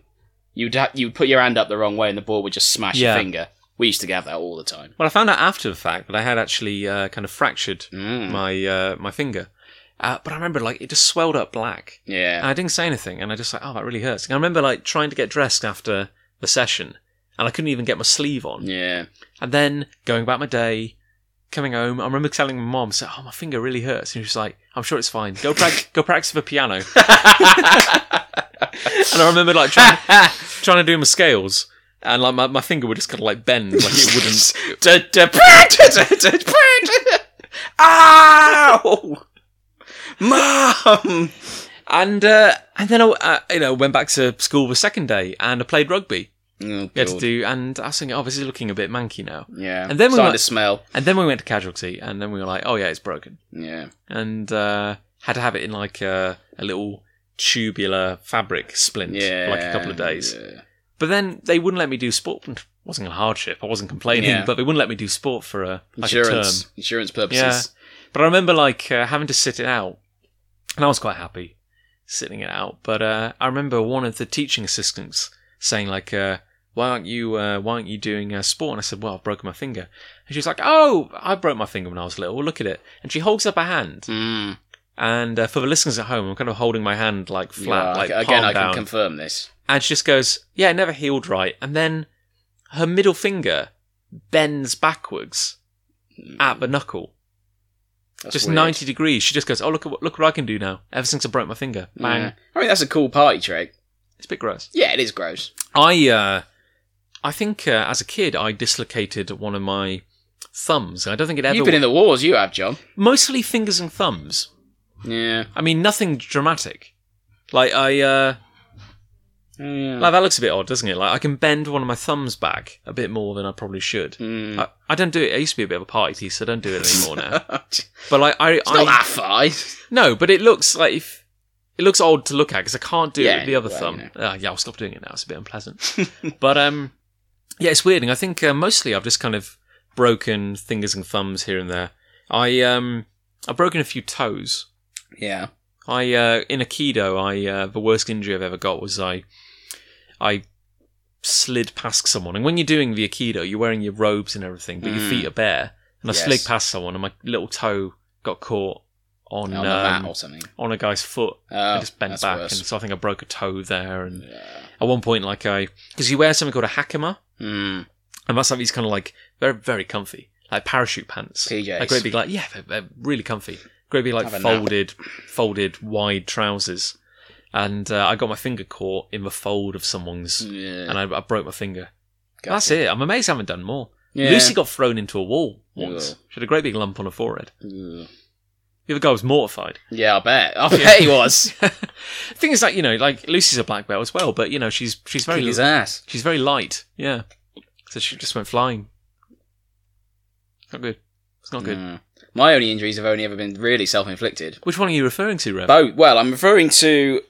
You'd ha- you'd put your hand up the wrong way and the ball would just smash Yeah. your finger. We used to have that all the time. well, I found out after the fact that I had actually uh, kind of fractured Mm. my uh, my finger. Uh, but I remember like it just swelled up black. And Yeah, I didn't say anything, and I just like, oh, that really hurts. And I remember like trying to get dressed after the session, and I couldn't even get my sleeve on. yeah. And then going about my day, coming home, I remember telling my mom, "So, oh, my finger really hurts," and she was like, "I'm sure it's fine. Go prac- go practice for piano." and I remember like trying, trying to do my scales, and like my, my finger would just kind of like bend, like it wouldn't. Ow, mum. And uh, and then I, uh, you know went back to school the second day, and I played rugby. Oh, We had to God. do, and I was thinking, "Oh, this is looking a bit manky now." yeah, And then we starting went- to smell. And then we went to casualty, and then we were like, "Oh yeah, it's broken," Yeah. and uh, had to have it in like a, a little tubular fabric splint Yeah. for like a couple of days. yeah. But then they wouldn't let me do sport. It wasn't a hardship. I wasn't complaining, Yeah. but they wouldn't let me do sport for a like Insurance. a term. Insurance Yeah. purposes. But I remember like uh, having to sit it out, and I was quite happy sitting it out. But uh, I remember one of the teaching assistants saying like, uh, "Why aren't you? Uh, why aren't you doing uh, sport?" And I said, "Well, I've broken my finger." And she was like, "Oh, I broke my finger when I was little. Look at it." And she holds up her hand, Mm. and uh, for the listeners at home, I'm kind of holding my hand like flat, Yeah, like again, palm I can down. confirm this. and she just goes, "Yeah, it never healed right." And then her middle finger bends backwards at the knuckle. Hmm. That's just weird. 90 degrees. She just goes, "Oh, look at what look what I can do now." Ever since I broke my finger, bang. Yeah. I mean, that's a cool party trick. It's a bit gross. Yeah, it is gross. I uh, I think uh, as a kid I dislocated one of my thumbs. I don't think it ever You've been in the wars, you have, John. mostly fingers and thumbs. Yeah. I mean nothing dramatic. Like I uh, Oh, yeah. like that looks a bit odd, doesn't it? Like I can bend one of my thumbs back a bit more than I probably should. Mm. I, I don't do it. I used to be a bit of a party piece, so I don't do it anymore now. But like I, It's not I that far. no, but it looks like if, it looks odd to look at because I can't do it Yeah, with the other well, thumb. Ah, yeah, I'll stop doing it now. It's a bit unpleasant. but um, yeah, it's weird, and I think uh, mostly I've just kind of broken fingers and thumbs here and there. I um, I've broken a few toes. Yeah. I uh, in aikido, I uh, the worst injury I've ever got was I I slid past someone, and when you're doing the aikido, you're wearing your robes and everything, but your Mm. feet are bare. And I Yes. slid past someone, and my little toe got caught on On a um, mat or something. on a guy's foot. Oh, I just bent that's back, worse. and so I think I broke a toe there. And Yeah. at one point, like I, because you wear something called a hakama, Mm. and that's like these kind of like very very comfy, like parachute pants, PJs. like great big like yeah, they're, they're really comfy, great big like Have a nap. folded folded wide trousers, and uh, I got my finger caught in the fold of someone's, Yeah. and I, I broke my finger. Gotcha. That's it. I'm amazed I haven't done more. Yeah. Lucy got thrown into a wall once. Ugh. She had a great big lump on her forehead. Ugh. The other guy was mortified. Hmm. Yeah, I bet. I bet he was. thing is, like you know, like Lucy's a black belt as well, but you know, she's she's very Kick his ass. she's very light. Yeah, so she just went flying. Not good. It's not good. Mm. My only injuries have only ever been really self-inflicted. Which one are you referring to, Rev? Both. Well, I'm referring to.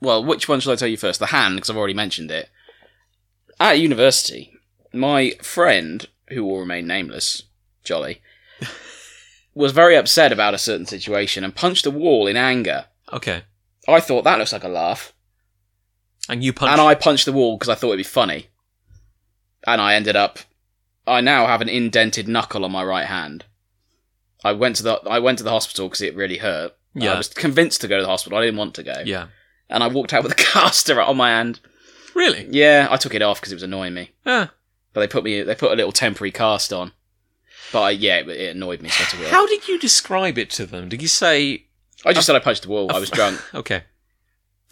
Well, which one shall I tell you first? The hand, because I've already mentioned it. At university, my friend, who will remain nameless, Jolly, was very upset about a certain situation and punched a wall in anger. okay, I thought that looks like a laugh, and you punched. and I punched the wall because I thought it'd be funny. And I ended up. I now have an indented knuckle on my right hand. I went to the I went to the hospital because it really hurt. yeah, I was convinced to go to the hospital. I didn't want to go yeah. and I walked out with a caster on my hand. Really? Yeah, I took it off because it was annoying me. Ah. But they put me they put a little temporary cast on. But I, yeah, it, it annoyed me. So I, took it off. How did you describe it to them? Did you say I just said I punched the wall. I was drunk. okay,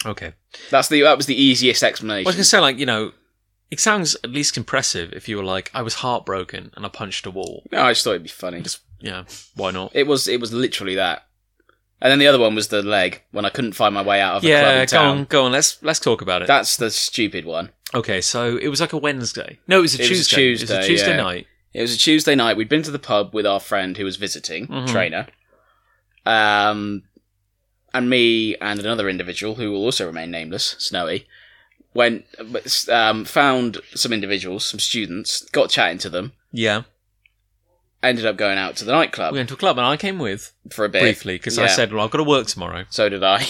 okay? That's the that was the easiest explanation. I was gonna say like you know, it sounds at least impressive if you were like I was heartbroken and I punched a wall. no, I just thought it'd be funny. Just yeah, why not? It was it was literally that. And then the other one was the leg when I couldn't find my way out of a club Yeah, in go town. on, go on. Let's let's talk about it. That's the stupid one. Okay, so it was like a Wednesday. No, it was a It was a Tuesday. it was Tuesday, a Tuesday yeah. night. It was a Tuesday night. We'd been to the pub with our friend who was visiting, Mhm. trainer, um, and me and another individual who will also remain nameless, Snowy, went um, found some individuals, some students, got chatting to them, Yeah, ended up going out to the we nightclub went to a club and I came with for a bit. briefly because I Yeah. said, "Well, I've got to work tomorrow. So did I.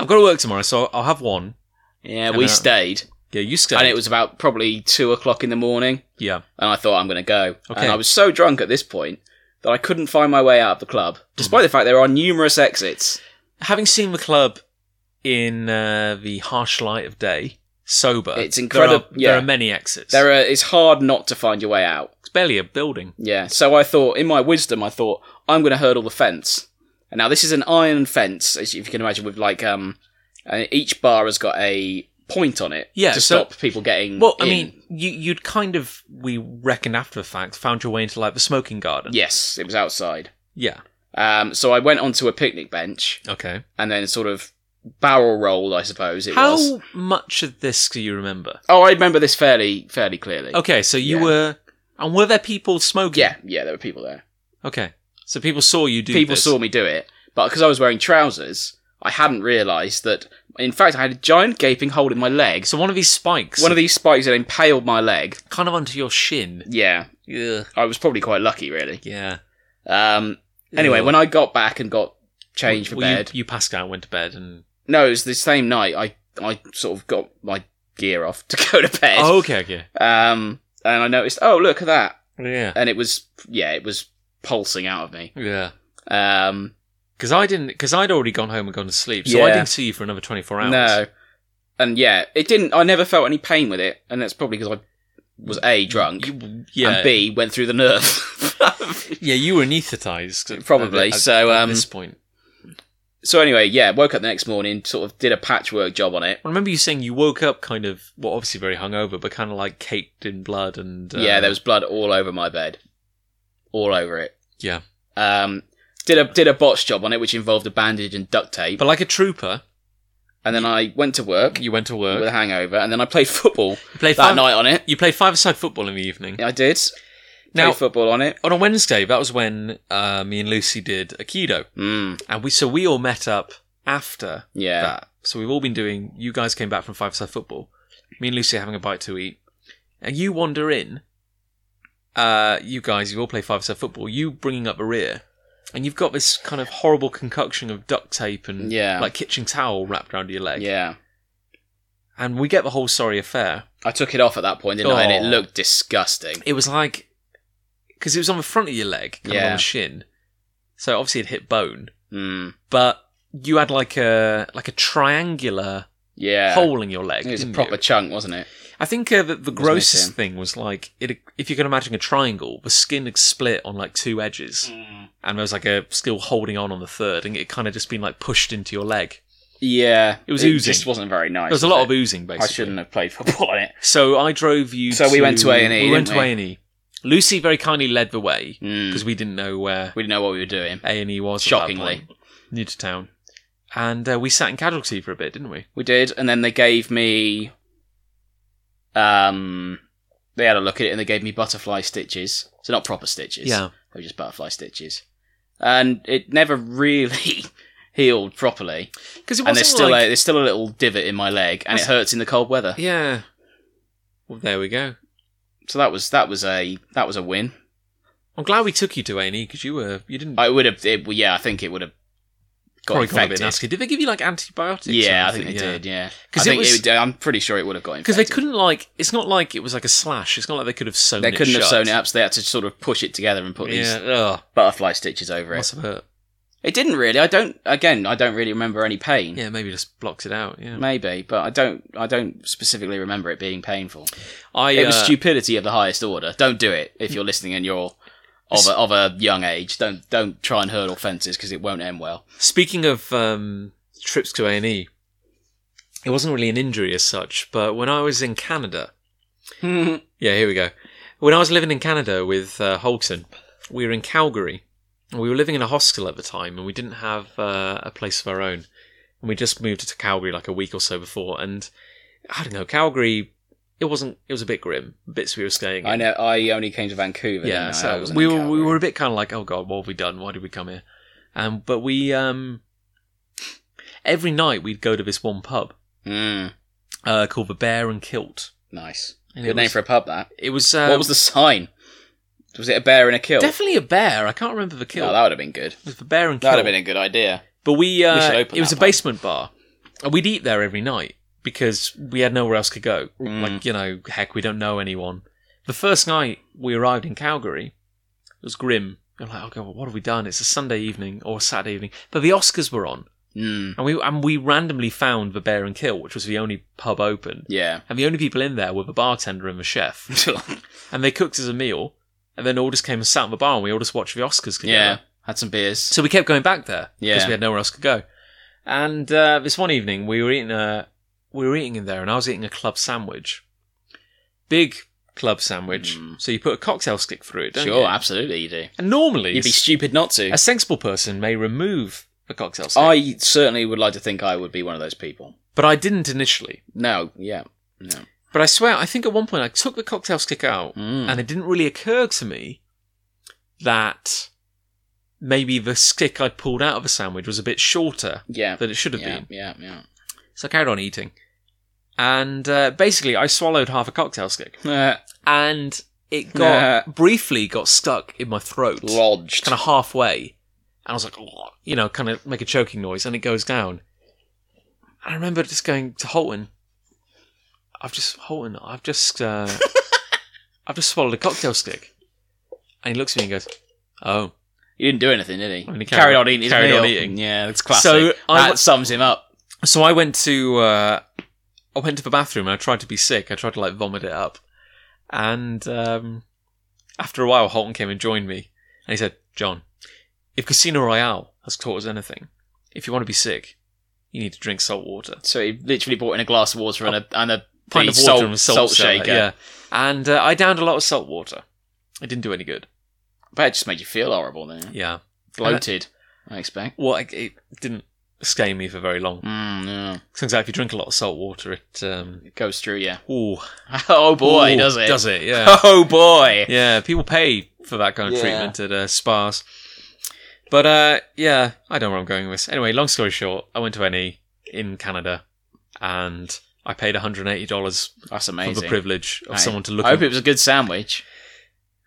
I've got to work tomorrow, so I'll have one." yeah, And we then- stayed, Yeah, you stay. and it was about probably two o'clock in the morning, yeah, and I thought I'm going to go. Okay. And I was so drunk at this point that I couldn't find my way out of the club, despite the fact there are numerous exits. having seen the club in uh, the harsh light of day, sober. It's There are, incredible- yeah. there are many exits. There are, it's hard not to find your way out. it's barely a building. Yeah. So I thought, in my wisdom, I thought I'm going to hurdle the fence. And now this is an iron fence, as if you can imagine, with like um, uh, each bar has got a point on it Yeah, to so- stop people getting. Well, I in. mean, you you'd kind of we reckoned after the fact found your way into like the smoking garden. yes, it was outside. Yeah. Um, so I went onto a picnic bench Okay. and then sort of barrel rolled, I suppose it How was. much of this do you remember? Oh, I remember this fairly, fairly clearly. Okay, so you Yeah. were, and were there people smoking? Yeah, yeah, there were people there. Okay, so people saw you do. people this. saw me do it, but because I was wearing trousers, I hadn't realised that. In fact, I had a giant gaping hole in my leg. So one of these spikes, One of these spikes had impaled my leg. kind of onto your shin. Yeah, Yeah. I was probably quite lucky, really. Yeah. Um, anyway, when I got back and got changed for Well, you- bed, You, passed out, went to bed, and no, it was the same night. I I sort of got my gear off to go to bed. oh, okay, okay. Um, and I noticed, oh look at that, Yeah. and it was yeah, it was pulsing out of me. Yeah. Um, Because I didn't, because I'd already gone home and gone to sleep, so I Yeah. didn't see you for another twenty four hours. No. And yeah, it didn't. I never felt any pain with it, and that's probably because I was a drunk You, yeah. and b went through the nerve. yeah, you were anaesthetized. Probably, At, at- so, at um, this point, so anyway, yeah, woke up the next morning, sort of did a patchwork job on it. I remember you saying you woke up kind of, well, obviously very hungover, but kind of like caked in blood and uh, Yeah, there was blood all over my bed, all over it. Yeah. Um, did a did a botch job on it, which involved a bandage and duct tape. But like a trooper, And then I went to work you went to with work. a hangover, and then I played football You played that five, night on it. You played five-a-side football in the evening. I did. Now- played football on it. On a Wednesday, that was when uh, me and Lucy did Aikido, Mm, and we so we all met up after yeah. that. So we've all been doing. You guys came back from five-a-side football. Me and Lucy are having a bite to eat, and you wander in. Uh, you guys, you all play five-a-side football. You bringing up a rear, and you've got this kind of horrible concoction of duct tape and Yeah. mm, like kitchen towel wrapped around your leg. yeah. And we get the whole sorry affair. I took it off at that point, didn't I? And it Oh. looked disgusting. It was like because it was on the front of your leg, kind of Yeah. on the shin. So obviously it hit bone. Mm, but you had like a like a triangular yeah. hole in your leg. it was a didn't proper you? chunk, wasn't it? I think uh, the, the was grossest missing. thing was like it, if you can imagine a triangle, the skin had split on like two edges, Mm. and there was like a still holding on on the third, and it kind of just been like pushed into your leg. Yeah. It was oozing. just wasn't very nice. There was a was lot it? of oozing, basically. I shouldn't have played football on it. So I drove you. So we went to A&E, We went to didn't A we? and E. Lucy very kindly led the way Mm, because we didn't know where we didn't know what we were doing. A and E was. at that Shockingly. point. new to town, and uh, we sat in casualty for a bit, didn't we? We did, and then they gave me. Um, they had a look at it and they gave me butterfly stitches. So not proper stitches. They were just butterfly stitches, and it never really healed properly. because it wasn't And there's still like- a, there's still a little divot in my leg, and E. it Was- hurts in the cold weather. Yeah. Well, there we go. So that was that was a that was a win. I'm glad we took you to A and E because you were you didn't I would have, it, well, yeah, I think it would have got probably got a infected. bit nasty. Did they give you like antibiotics? yeah, I think they did. Yeah, because it it was- would- I'm pretty sure it would have got Because infected. they couldn't like it's not like it was like a slash. It's not like they could have sewn. They it couldn't have shut. sewn it up, so they had to sort of push it together and put Yeah. these Ugh, butterfly stitches over it. must have hurt. It didn't really. I don't. Again, I don't really remember any pain. Yeah, maybe just blocked it out. Yeah. Maybe, but I don't. I don't specifically remember it being painful. I It was uh, stupidity of the highest order. Don't do it if you're listening and you're of a, of a young age. Don't don't try and hurdle fences because it won't end well. Speaking of um, trips to A and E, it wasn't really an injury as such, but when I was in Canada, Yeah, here we go. When I was living in Canada with uh, Holton, we were in Calgary. and We were living in a hostel at the time, and we didn't have uh, a place of our own. And we just moved to Calgary like a week or so before. And I don't know, Calgary. It wasn't. It was a bit grim. Bits we were staying. I in. know. I only came to Vancouver. Yeah. didn't I? I So wasn't we in were we Calgary. were a bit kind of like, oh god, what have we done? Why did we come here? Um, but we um, every night we'd go to this one pub Mm, uh, called the Bear and Kilt. nice. And Good it name was, for a pub. That. it was. Uh, what was the sign? Was it a bear in a kilt? Definitely a bear. I can't remember the kilt. Oh, that would have been good. It was the bear and That kilt. would have been a good idea. But we, uh, We should open it was that a pub. basement bar, and we'd eat there every night because we had nowhere else to go. Mm. Like you know, heck, we don't know anyone. The first night we arrived in Calgary, it was grim. We're like, oh god, what have we done? It's a Sunday evening or a Saturday evening, but the Oscars were on, Mm, and we and we randomly found the Bear and Kill, which was the only pub open, yeah. and the only people in there were the bartender and the chef, and they cooked us a meal, and then all just came and sat in the bar, and we all just watched the Oscars together. yeah. Had some beers. So we kept going back there Yeah. because we had nowhere else to go. And uh, this one evening, we were eating a we were eating in there, and I was eating a club sandwich, big club sandwich. Mm. So you put a cocktail stick through it, don't Sure, you? absolutely you do. And normally, You'd be stupid not to. a sensible person may remove the cocktail stick, I certainly would like to think I would be one of those people. but I didn't initially. No, yeah, no. But I swear, I think at one point I took the cocktail stick out, Mm. and it didn't really occur to me that maybe the stick I pulled out of a sandwich was a bit shorter yeah, than it should have yeah, been. yeah, yeah, So I carried on eating. And uh, basically, I swallowed half a cocktail stick. Uh, And it got, briefly got stuck in my throat, kind lodged. of halfway. And I was like, "Oh," you know, kind of make a choking noise, and it goes down. And I remember just going to Holton. I've just, Holton, I've just, uh, I've just swallowed a cocktail stick. And he looks at me and goes, oh. He didn't do anything, did he? I mean, he carried carried- on eating. his carried on meal. eating. Yeah, that's classic. So that I wa- sums him up. So I went to uh, I went to the bathroom and I tried to be sick. I tried to like vomit it up, and um, after a while, Holton came and joined me, And he said, John, if Casino Royale has taught us anything, if you want to be sick, you need to drink salt water. So he literally brought in a glass of water and a and a Pint of the water salt, and a salt, salt, shaker. Yeah. And uh, I downed a lot of salt water. It didn't do any good. But it just made you feel horrible then. Yeah. Bloated, I expect. Well, it, it didn't stay me for very long. Mm, yeah. Turns out if you drink a lot of salt water, it. Um, It goes through, yeah. ooh, Oh boy, ooh, does it? Does it? Yeah. Oh boy. Yeah, people pay for that kind of Yeah. treatment at uh, spas. But uh, yeah, I don't know where I'm going with this. Anyway, long story short, I went to NE in Canada and I paid $180 That's for the amazing. privilege of Aye. someone to look I at hope me. it It was a good sandwich.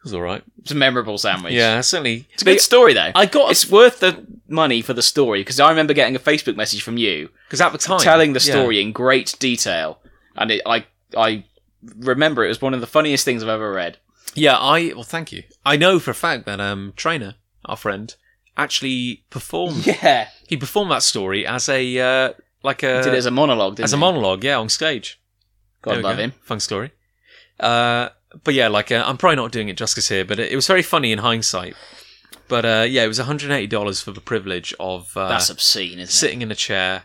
was all right. It's a memorable sandwich. Yeah, certainly. It's a good story though. I got It's worth the money for the story because I remember getting a Facebook message from you because at the time telling the yeah. story in great detail, and it, I I remember it was one of the funniest things I've ever read. Yeah, I well, thank you. I know for a fact that um, Trainer, our friend, actually performed. Yeah, He performed that story as a uh, like he a did it as a monologue, didn't as a he? monologue. Yeah, on stage. There God we love go. him. Fun story. Uh, but yeah, like uh, I'm probably not doing it justice here, but it, it was very funny in hindsight. But uh, yeah, it was 180 dollars for the privilege of uh, That's obscene, isn't sitting in a chair,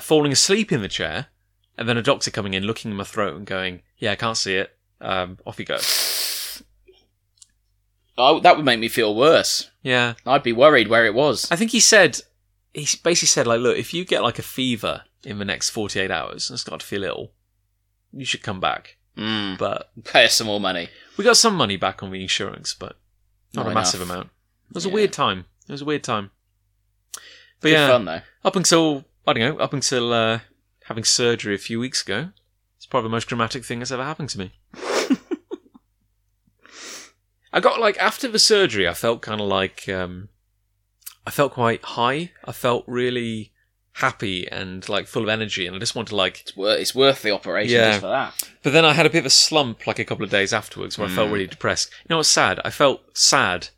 falling asleep in the chair, and then a doctor coming in, looking in my throat, and going, "Yeah, I can't see it. Um, off you go." it? Oh, that would make me feel worse. Yeah, I'd be worried where it was. I think he said he basically said like, "Look, if you get like a fever in the next 48 hours and start to feel ill, you should come back." Mm, But pay us some more money. We got some money back on the insurance, but not, Not a enough. massive amount. It was Yeah. a weird time. It was a weird time. But Good yeah, fun though. up until I don't know, up until uh, having surgery a few weeks ago, it's probably the most dramatic thing that's ever happened to me. I got like after the surgery, I felt kind of like um, I felt quite high. I felt really happy and like full of energy, and I just wanted to like It's worth it's worth the operation Yeah. just for that. but then I had a bit of a slump like a couple of days afterwards where I felt Mm. really depressed. You know what's sad? I felt sad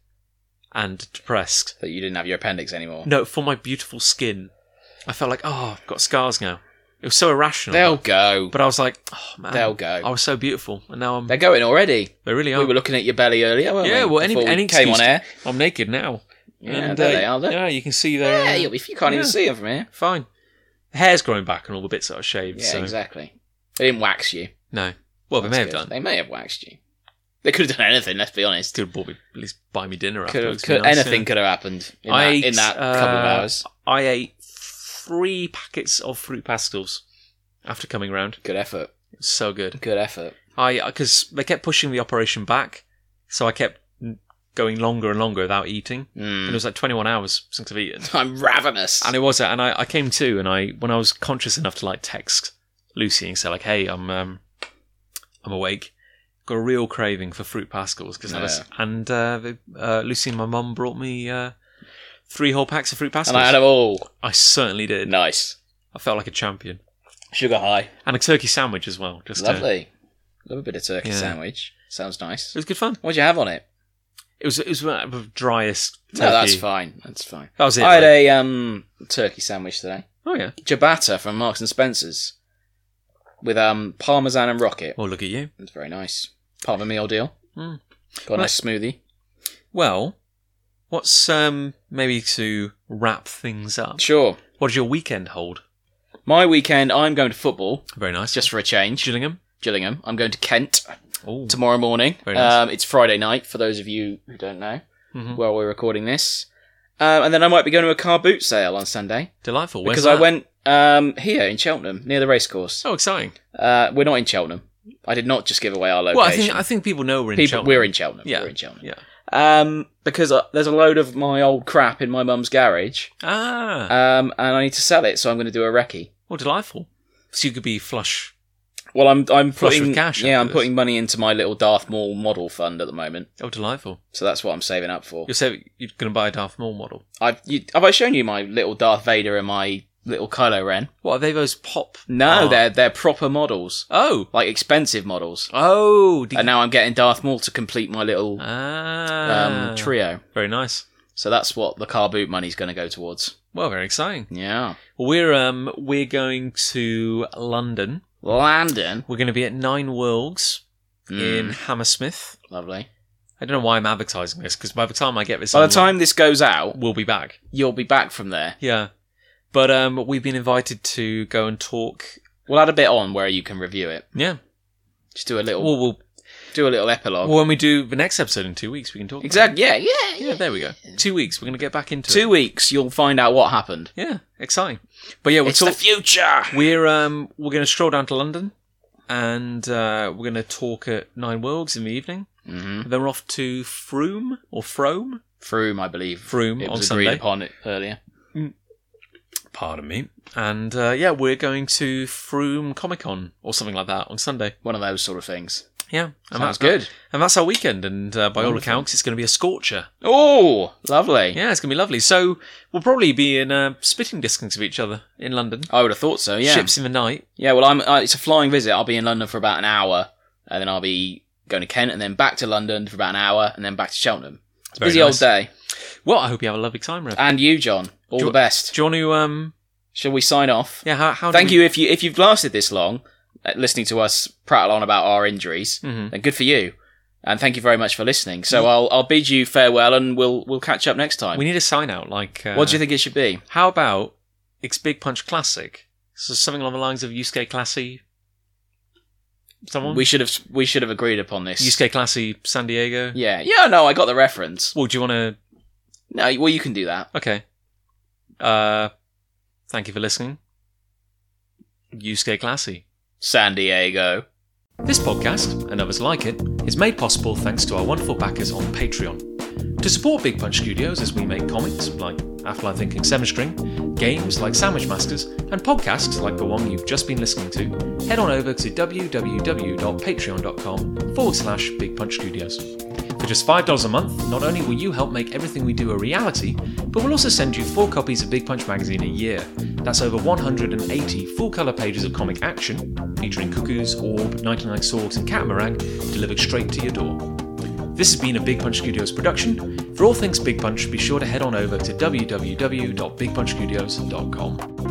and depressed. That you didn't have your appendix anymore. No, for my beautiful skin. I felt like, oh, I've got scars now. It was so irrational. They'll go. but I was like, oh, man. They'll go. I was so beautiful. And now I'm. They're going already. They really We are. were looking at your belly earlier, weren't we? Yeah, well, any- Before we any came on excuse air. I'm naked now. Yeah, And, there uh, they are. Look. Yeah, you can see Yeah, there. you'll be- you can't even yeah. see them from here. Fine. The hair's growing back and all the bits that I shaved. Yeah, so. exactly. They didn't wax you. No. Well, they That's may have good. done. They may have waxed you. They could have done anything. Let's be honest. Could have bought me, at least buy me dinner Could afterwards. have, it'd could, be nice, yeah. anything could have happened in I that, ate, in that couple of uh, hours. I ate three packets of fruit pastels after coming round. Good effort. It was so good. Good effort. I because they kept pushing the operation back, so I kept going longer and longer without eating. And it Mm. was like 21 hours since I've eaten, I'm ravenous. and it was. And I, I came to, and I when I was conscious enough to like text Lucy and say like, "Hey, I'm um, I'm awake." Got a real craving for fruit pastels because Yeah. and uh, the, uh, Lucy and my mum brought me uh, three whole packs of fruit pastels. And I had them all. I certainly did. Nice. I felt like a champion. Sugar high. And a turkey sandwich as well. Just uh, Lovely. Love a bit of turkey Yeah. sandwich. Sounds nice. it was good fun. What'd you have on it? It was it was one of the driest turkey. No, that's fine. That's fine. That was it. I had like- a um, turkey sandwich today. Oh yeah. ciabatta from Marks and Spencers with um parmesan and rocket. Well, Oh, look at you. It's very nice. Part of a meal deal. Mm. Got a nice smoothie. Well, what's um maybe to wrap things up? Sure. What did your weekend hold? My weekend, I'm going to football Very nice. just for a change. Gillingham. Gillingham. I'm going to Kent Oh. tomorrow morning. Very nice. Um, it's Friday night for those of you who don't know Mhm. while we're recording this. Um, and then I might be going to a car boot sale on Sunday Delightful. Where's because I that? went um, here in Cheltenham near the racecourse. So exciting. Uh, we're not in Cheltenham. I did not just give away our location. Oh. Well, I think I think people know we're in. People, Cheltenham. we're in Cheltenham. Yeah. We're in Cheltenham. Um, because uh, there's a load of my old crap in my mum's garage, Ah. um, and I need to sell it, so I'm going to do a recce. well, delightful. So you could be flush. Well, I'm I'm Flush putting with cash yeah, after I'm this. putting money into my little Darth Maul model fund at the moment, Oh, delightful. so that's what I'm saving up for. You're saying you're going to buy a Darth Maul model. I've you, have I shown you my little Darth Vader and my little Kylo Ren? What are they? Those pop? No, Oh. they're they're proper models, Oh. like expensive models. Oh. Did And now I'm getting Darth Maul to complete my little Ah, um, trio. very nice. So that's what the car boot money's going to go towards. Well, very exciting. Yeah, We're um we're going to London. Landon, We're going to be at Nine Worlds Mm, in Hammersmith. lovely. I don't know why I'm advertising this because by the time I get this, By the online, time this goes out, we'll be back. you'll be back from there. Yeah, but um, we've been invited to go and talk. We'll add a bit on where you can review it. Yeah, Just do a little, well, we'll do a little epilogue. well, when we do the next episode in two weeks, we can talk. about it. exactly. Yeah, yeah, yeah. Yeah, there we go. Two weeks, we're gonna get back into it. Two weeks, you'll find out what happened. Yeah, exciting. But yeah, we'll it's talk. the future. We're um we're going to stroll down to London, and uh, we're going to talk at Nine Worlds in the evening. Mm-hmm. Then we're off to Froome or Frome. Froome, I believe. Froome It on was agreed Sunday. upon it earlier. Pardon me. And uh, yeah, we're going to Froome Comic Con or something like that on Sunday. One of those sort of things. Yeah, and Sounds that's good. And that's our weekend. And uh, by all Wonderful. accounts, it's going to be a scorcher. Oh, lovely. Yeah, it's going to be lovely. So we'll probably be in uh, spitting distance of each other in London. I would have thought so. Yeah. Ships in the night. Yeah. Well, I'm. Uh, it's a flying visit. I'll be in London for about an hour, and then I'll be going to Kent, and then back to London for about an hour, and then back to Cheltenham. It's a very busy nice. old day. Well, I hope you have a lovely time, Rev. And you, John. All Do- the best. Do you want to um Shall we sign off? yeah how, how do Thank we- you if you if you've lasted this long, uh, listening to us prattle on about our injuries. Mhm. Then good for you, and thank you very much for listening. So I'll I'll bid you farewell, and we'll we'll catch up next time. We need a sign out like uh, what do you think it should be? How about it's Big Punch Classic? So something along the lines of Yusuke Classy. Someone? We should have we should have agreed upon this. Yusuke Classy San Diego. yeah, yeah, no, I got the reference. Well, do you want to? No, well, you can do that. Okay. Uh, thank you for listening. Yusuke Classy. San Diego. This podcast, and others like it, is made possible thanks to our wonderful backers on Patreon. To support Big Punch Studios as we make comics like Afterlife Thinking 7 String, games like Sandwich Masters, and podcasts like the one you've just been listening to, head on over to www.patreon.com forward slash Big Punch Studios. For just $5 a month, not only will you help make everything we do a reality, but we'll also send you four copies of Big Punch magazine a year. That's over 180 full colour pages of comic action, featuring Cuckoos, Orb, 99 Swords, and Catamaran, delivered straight to your door. This has been a Big Punch Studios production. For all things Big Punch, be sure to head on over to www.bigpunchstudios.com.